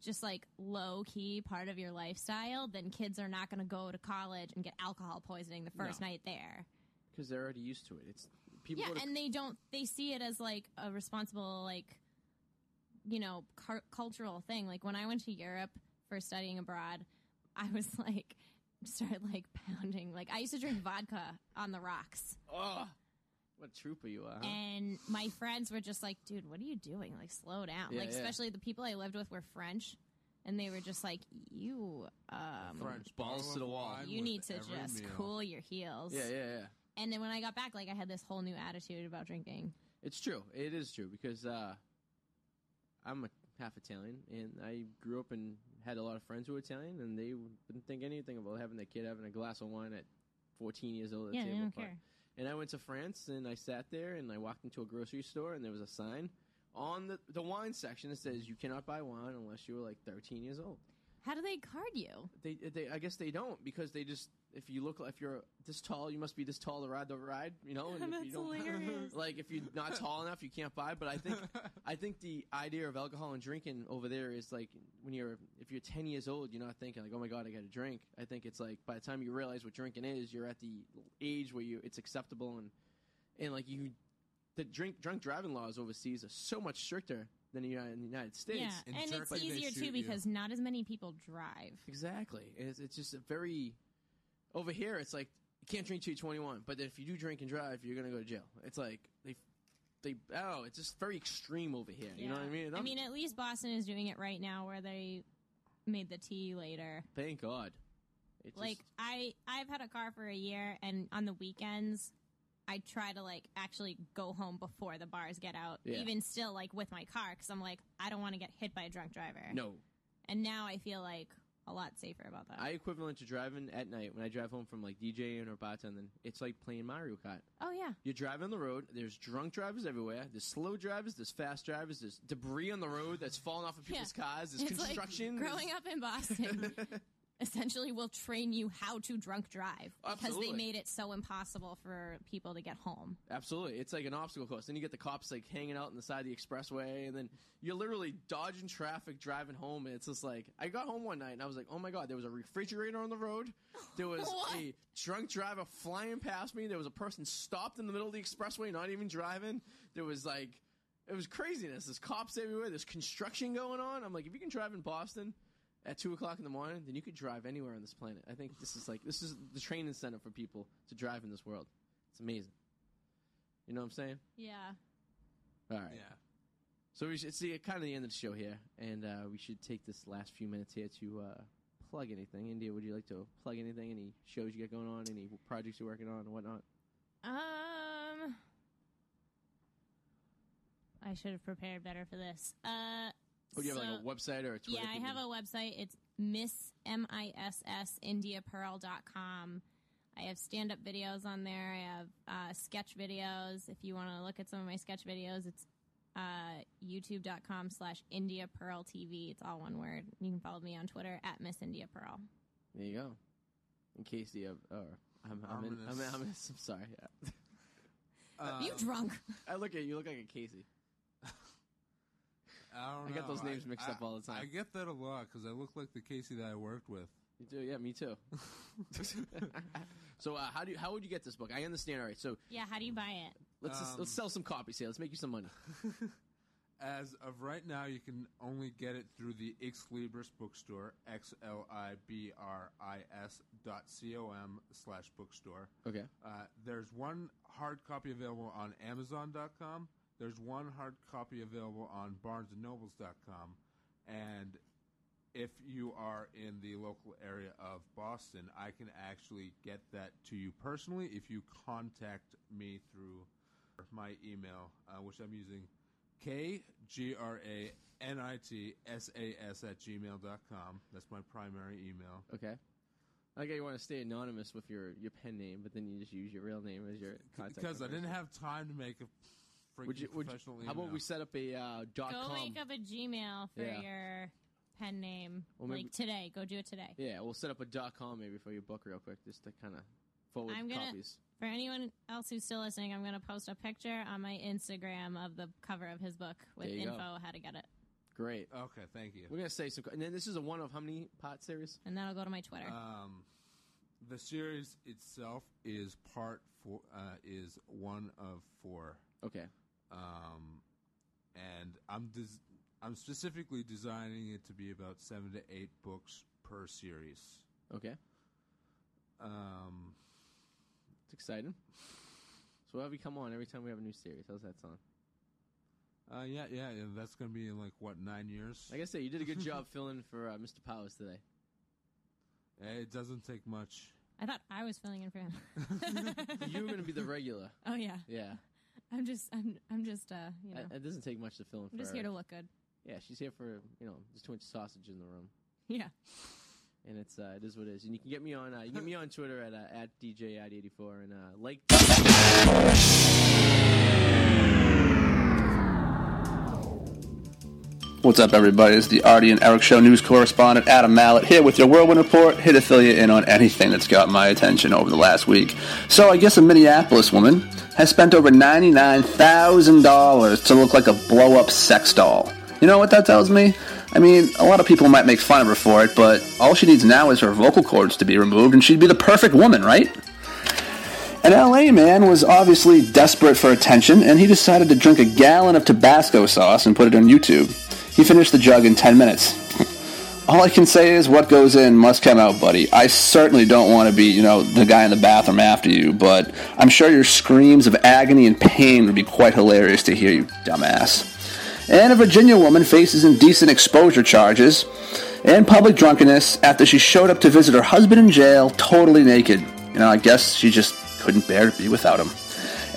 [SPEAKER 10] just like low key part of your lifestyle, then kids are not going to go to college and get alcohol poisoning the first
[SPEAKER 8] No.
[SPEAKER 10] night there.
[SPEAKER 8] Because they're already used to it. It's people.
[SPEAKER 10] Yeah,
[SPEAKER 8] go to,
[SPEAKER 10] and they don't. They see it as like a responsible, like you know, car- cultural thing. Like when I went to Europe for studying abroad, I was <laughs> like started like pounding. Like I used to drink vodka on the rocks,
[SPEAKER 8] oh, what trooper you are! Huh?
[SPEAKER 10] and my friends were just like, "Dude, what are you doing? Like, slow down!"
[SPEAKER 8] Yeah,
[SPEAKER 10] like
[SPEAKER 8] yeah.
[SPEAKER 10] especially the people I lived with were French, and they were just like, "You, um,
[SPEAKER 9] French
[SPEAKER 8] balls
[SPEAKER 9] bottle
[SPEAKER 8] to the
[SPEAKER 9] of
[SPEAKER 8] wall.
[SPEAKER 9] wine
[SPEAKER 10] you
[SPEAKER 9] with
[SPEAKER 10] need to
[SPEAKER 9] every
[SPEAKER 10] just
[SPEAKER 9] meal.
[SPEAKER 10] cool your heels."
[SPEAKER 8] Yeah, yeah, yeah.
[SPEAKER 10] And then when I got back, like I had this whole new attitude about drinking.
[SPEAKER 8] It's true. It is true because uh, I'm a half Italian, and I grew up and had a lot of friends who were Italian, and they didn't think anything about having their kid having a glass of wine at 14 years old at
[SPEAKER 10] Yeah,
[SPEAKER 8] the
[SPEAKER 10] they
[SPEAKER 8] table.
[SPEAKER 10] don't
[SPEAKER 8] but-
[SPEAKER 10] care.
[SPEAKER 8] And I went to France, and I sat there, and I walked into a grocery store, and there was a sign on the, the wine section that says you cannot buy wine unless you were like 13 years old.
[SPEAKER 10] How do they card you?
[SPEAKER 8] They, they, I guess they don't because they just if you look if you're this tall, you must be this tall to ride the ride, you know. Oh, And
[SPEAKER 10] <laughs>
[SPEAKER 8] if
[SPEAKER 10] That's
[SPEAKER 8] you don't, <laughs>
[SPEAKER 10] hilarious.
[SPEAKER 8] like if you're not tall enough, you can't buy. But
[SPEAKER 9] <laughs>
[SPEAKER 8] I think I think the idea of alcohol and drinking over there is like when you're if you're 10 years old, you're not thinking like oh my god, I got to drink. I think it's like by the time you realize what drinking is, you're at the age where you it's acceptable and and like you the drink drunk driving laws overseas are so much stricter than the Uni- in the United States.
[SPEAKER 10] Yeah,
[SPEAKER 9] In
[SPEAKER 10] and it's
[SPEAKER 9] Turkey, they
[SPEAKER 10] easier
[SPEAKER 9] shoot
[SPEAKER 10] too
[SPEAKER 9] you.
[SPEAKER 10] because not as many people drive.
[SPEAKER 8] Exactly. It's, it's just a very over here. It's like you can't drink till you're 21, but if you do drink and drive, you're gonna go to jail. It's like they they oh, it's just very extreme over here. You know what I
[SPEAKER 10] Yeah.
[SPEAKER 8] mean? And
[SPEAKER 10] I
[SPEAKER 8] I'm-
[SPEAKER 10] mean, at least Boston is doing it right now, where they made the tea later.
[SPEAKER 8] thank God. It
[SPEAKER 10] like
[SPEAKER 8] just,
[SPEAKER 10] I, I've had a car for a year, and on the weekends, I try to like actually go home before the bars get out.
[SPEAKER 8] Yeah.
[SPEAKER 10] Even still, like with my car, because I'm like, I don't want to get hit by a drunk driver.
[SPEAKER 8] no,
[SPEAKER 10] And now I feel like a lot safer about that.
[SPEAKER 8] I equivalent to driving at night when I drive home from like DJing or bartending. It's like playing Mario Kart.
[SPEAKER 10] oh yeah.
[SPEAKER 8] You're driving on the road. There's drunk drivers everywhere. There's slow drivers. There's fast drivers. There's debris on the road that's falling off of
[SPEAKER 10] Yeah.
[SPEAKER 8] people's cars. There's
[SPEAKER 10] like,
[SPEAKER 8] construction. there's-
[SPEAKER 10] growing up <laughs>
[SPEAKER 8] <laughs>
[SPEAKER 10] in Boston essentially will train you how to drunk drive because
[SPEAKER 8] Absolutely.
[SPEAKER 10] they made it so impossible for people to get home.
[SPEAKER 8] Absolutely. It's like an obstacle course. Then you get the cops like hanging out on the side of the expressway and then you're literally dodging traffic driving home and it's just like I got home one night and I was like, "Oh my god, there was a refrigerator on the road. There was
[SPEAKER 10] What?
[SPEAKER 8] a drunk driver flying past me. There was a person stopped in the middle of the expressway not even driving. There was like it was craziness. There's cops everywhere. There's construction going on. I'm like, if you can drive in Boston at two o'clock in the morning, then you could drive anywhere on this planet. I think this is like this is the training center for people to drive in this world. It's amazing. You know what I'm saying?
[SPEAKER 10] Yeah.
[SPEAKER 8] All right.
[SPEAKER 9] Yeah.
[SPEAKER 8] So we should see kind of the end of the show here, and uh, we should take this last few minutes here to uh, plug anything. India, would you like to plug anything? Any shows you got going on? Any projects you're working on, and whatnot?
[SPEAKER 10] Um, I should have prepared better for this. Uh,
[SPEAKER 8] Or do Oh, you have
[SPEAKER 10] so-
[SPEAKER 8] like a website or a Twitter?
[SPEAKER 10] yeah, I
[SPEAKER 8] thing?
[SPEAKER 10] have a website. It's Miss M I S S India Pearl dot com. I have stand up videos on there. I have uh, sketch videos. If you want to look at some of my sketch videos, it's uh, youtube.com slash India Pearl TV. It's all one word. You can follow me on Twitter at Miss India Pearl.
[SPEAKER 8] There you go. In case the uh, or I'm I'm, in, I'm, in,
[SPEAKER 9] Ominous.
[SPEAKER 8] I'm, in, I'm sorry. <laughs> Uh,
[SPEAKER 9] Um,
[SPEAKER 10] you drunk.
[SPEAKER 8] I look at you. you Look like a Casey.
[SPEAKER 9] Oh, I don't
[SPEAKER 8] I get
[SPEAKER 9] know.
[SPEAKER 8] those names mixed up all the time.
[SPEAKER 9] I get that a lot because I look like the Casey that I worked with.
[SPEAKER 8] You do, yeah. Me too. so uh, how do you, how would you get this book? I understand. All right. So
[SPEAKER 10] Yeah, how do you buy it?
[SPEAKER 8] let's just, let's
[SPEAKER 9] Um,
[SPEAKER 8] sell some copies here. Let's make you some money.
[SPEAKER 9] <laughs> As of right now, you can only get it through the Ix Libris bookstore, X L I B R I S dot C O M slash bookstore.
[SPEAKER 8] Okay.
[SPEAKER 9] Uh, there's one hard copy available on Amazon.com. There's one hard copy available on BarnesandNobles.com. And if you are in the local area of Boston, I can actually get that to you personally if you contact me through my email, uh, which I'm using K G R A N I T S A S at gmail.com. That's my primary email.
[SPEAKER 8] Okay. I get you want to stay anonymous with your, your pen name, but then you just use your real name as your contact.
[SPEAKER 9] Because I didn't
[SPEAKER 8] information.
[SPEAKER 9] have time to make a freaking
[SPEAKER 8] Would you, would you-
[SPEAKER 9] professional
[SPEAKER 8] how
[SPEAKER 9] email.
[SPEAKER 8] about we set up a uh, dot
[SPEAKER 10] Go
[SPEAKER 8] com?
[SPEAKER 10] make up a Gmail for
[SPEAKER 8] Yeah.
[SPEAKER 10] your pen name.
[SPEAKER 8] Well, maybe-
[SPEAKER 10] like today. Go do it today.
[SPEAKER 8] yeah, we'll set up a dot com maybe for your book real quick, just to kind of forward
[SPEAKER 10] I'm gonna-
[SPEAKER 8] copies.
[SPEAKER 10] For anyone else who's still listening, I'm going to post a picture on my Instagram of the cover of his book with
[SPEAKER 8] There you go.
[SPEAKER 10] info how to get it.
[SPEAKER 8] Great.
[SPEAKER 9] Okay, thank you.
[SPEAKER 8] We're gonna say some, co- and then this is a one of how many pot series?
[SPEAKER 10] And that'll go to my Twitter.
[SPEAKER 8] Uh,
[SPEAKER 9] Um, the series itself is part four. Uh, is one of four.
[SPEAKER 8] Okay.
[SPEAKER 9] Um, and I'm des- I'm specifically designing it to be about seven to eight books per series.
[SPEAKER 8] Okay.
[SPEAKER 9] Um,
[SPEAKER 8] It's exciting. So we'll have you come on every time we have a new series. How's that sound?
[SPEAKER 9] uh, yeah, yeah, yeah. That's gonna be in like what nine years.
[SPEAKER 8] Like I said, you did a
[SPEAKER 9] <laughs>
[SPEAKER 8] good job filling for uh, Mr. Powers today.
[SPEAKER 9] Eh, it doesn't take much.
[SPEAKER 10] I thought I was filling in
[SPEAKER 8] <laughs>
[SPEAKER 10] for him. <laughs>
[SPEAKER 8] You're gonna be the regular.
[SPEAKER 10] oh yeah,
[SPEAKER 8] Yeah.
[SPEAKER 10] <laughs> I'm just, I'm, I'm just, uh, you know,
[SPEAKER 8] It- It doesn't take much to fill in for
[SPEAKER 10] I'm just
[SPEAKER 8] Eric.
[SPEAKER 10] here to look good. <laughs>
[SPEAKER 8] Yeah, she's here for you know there's too much sausage in the room,
[SPEAKER 10] Yeah.
[SPEAKER 8] and it's uh, it is what it is. And you can get me on uh, you can get me on Twitter at uh, at DJID84 and uh, like.
[SPEAKER 11] What's up, everybody? It's the Artie and Eric Show news correspondent Adam Mallett here with your Whirlwind Report. Here to fill you in on anything that's got my attention over the last week. So, I guess a Minneapolis woman has spent over $99,000 to look like a blow up sex doll. You know what that tells me? I mean, a lot of people might make fun of her for it, but all she needs now is her vocal cords to be removed, and she'd be the perfect woman, right? An LA man was obviously desperate for attention, and he decided to drink a gallon of Tabasco sauce and put it on YouTube. He finished the jug in 10 minutes. <laughs> All I can say is what goes in must come out, buddy. I certainly don't want to be, you know, the guy in the bathroom after you, but I'm sure your screams of agony and pain would be quite hilarious to hear, you dumbass. And a Virginia woman faces indecent exposure charges and public drunkenness after she showed up to visit her husband in jail totally naked. You know, I guess she just couldn't bear to be without him.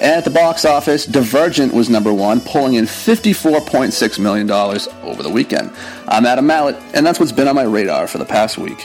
[SPEAKER 11] And at the box office, Divergent was number one, pulling in $54.6 million over the weekend. I'm Adam Mallett, and that's what's been on my radar for the past week.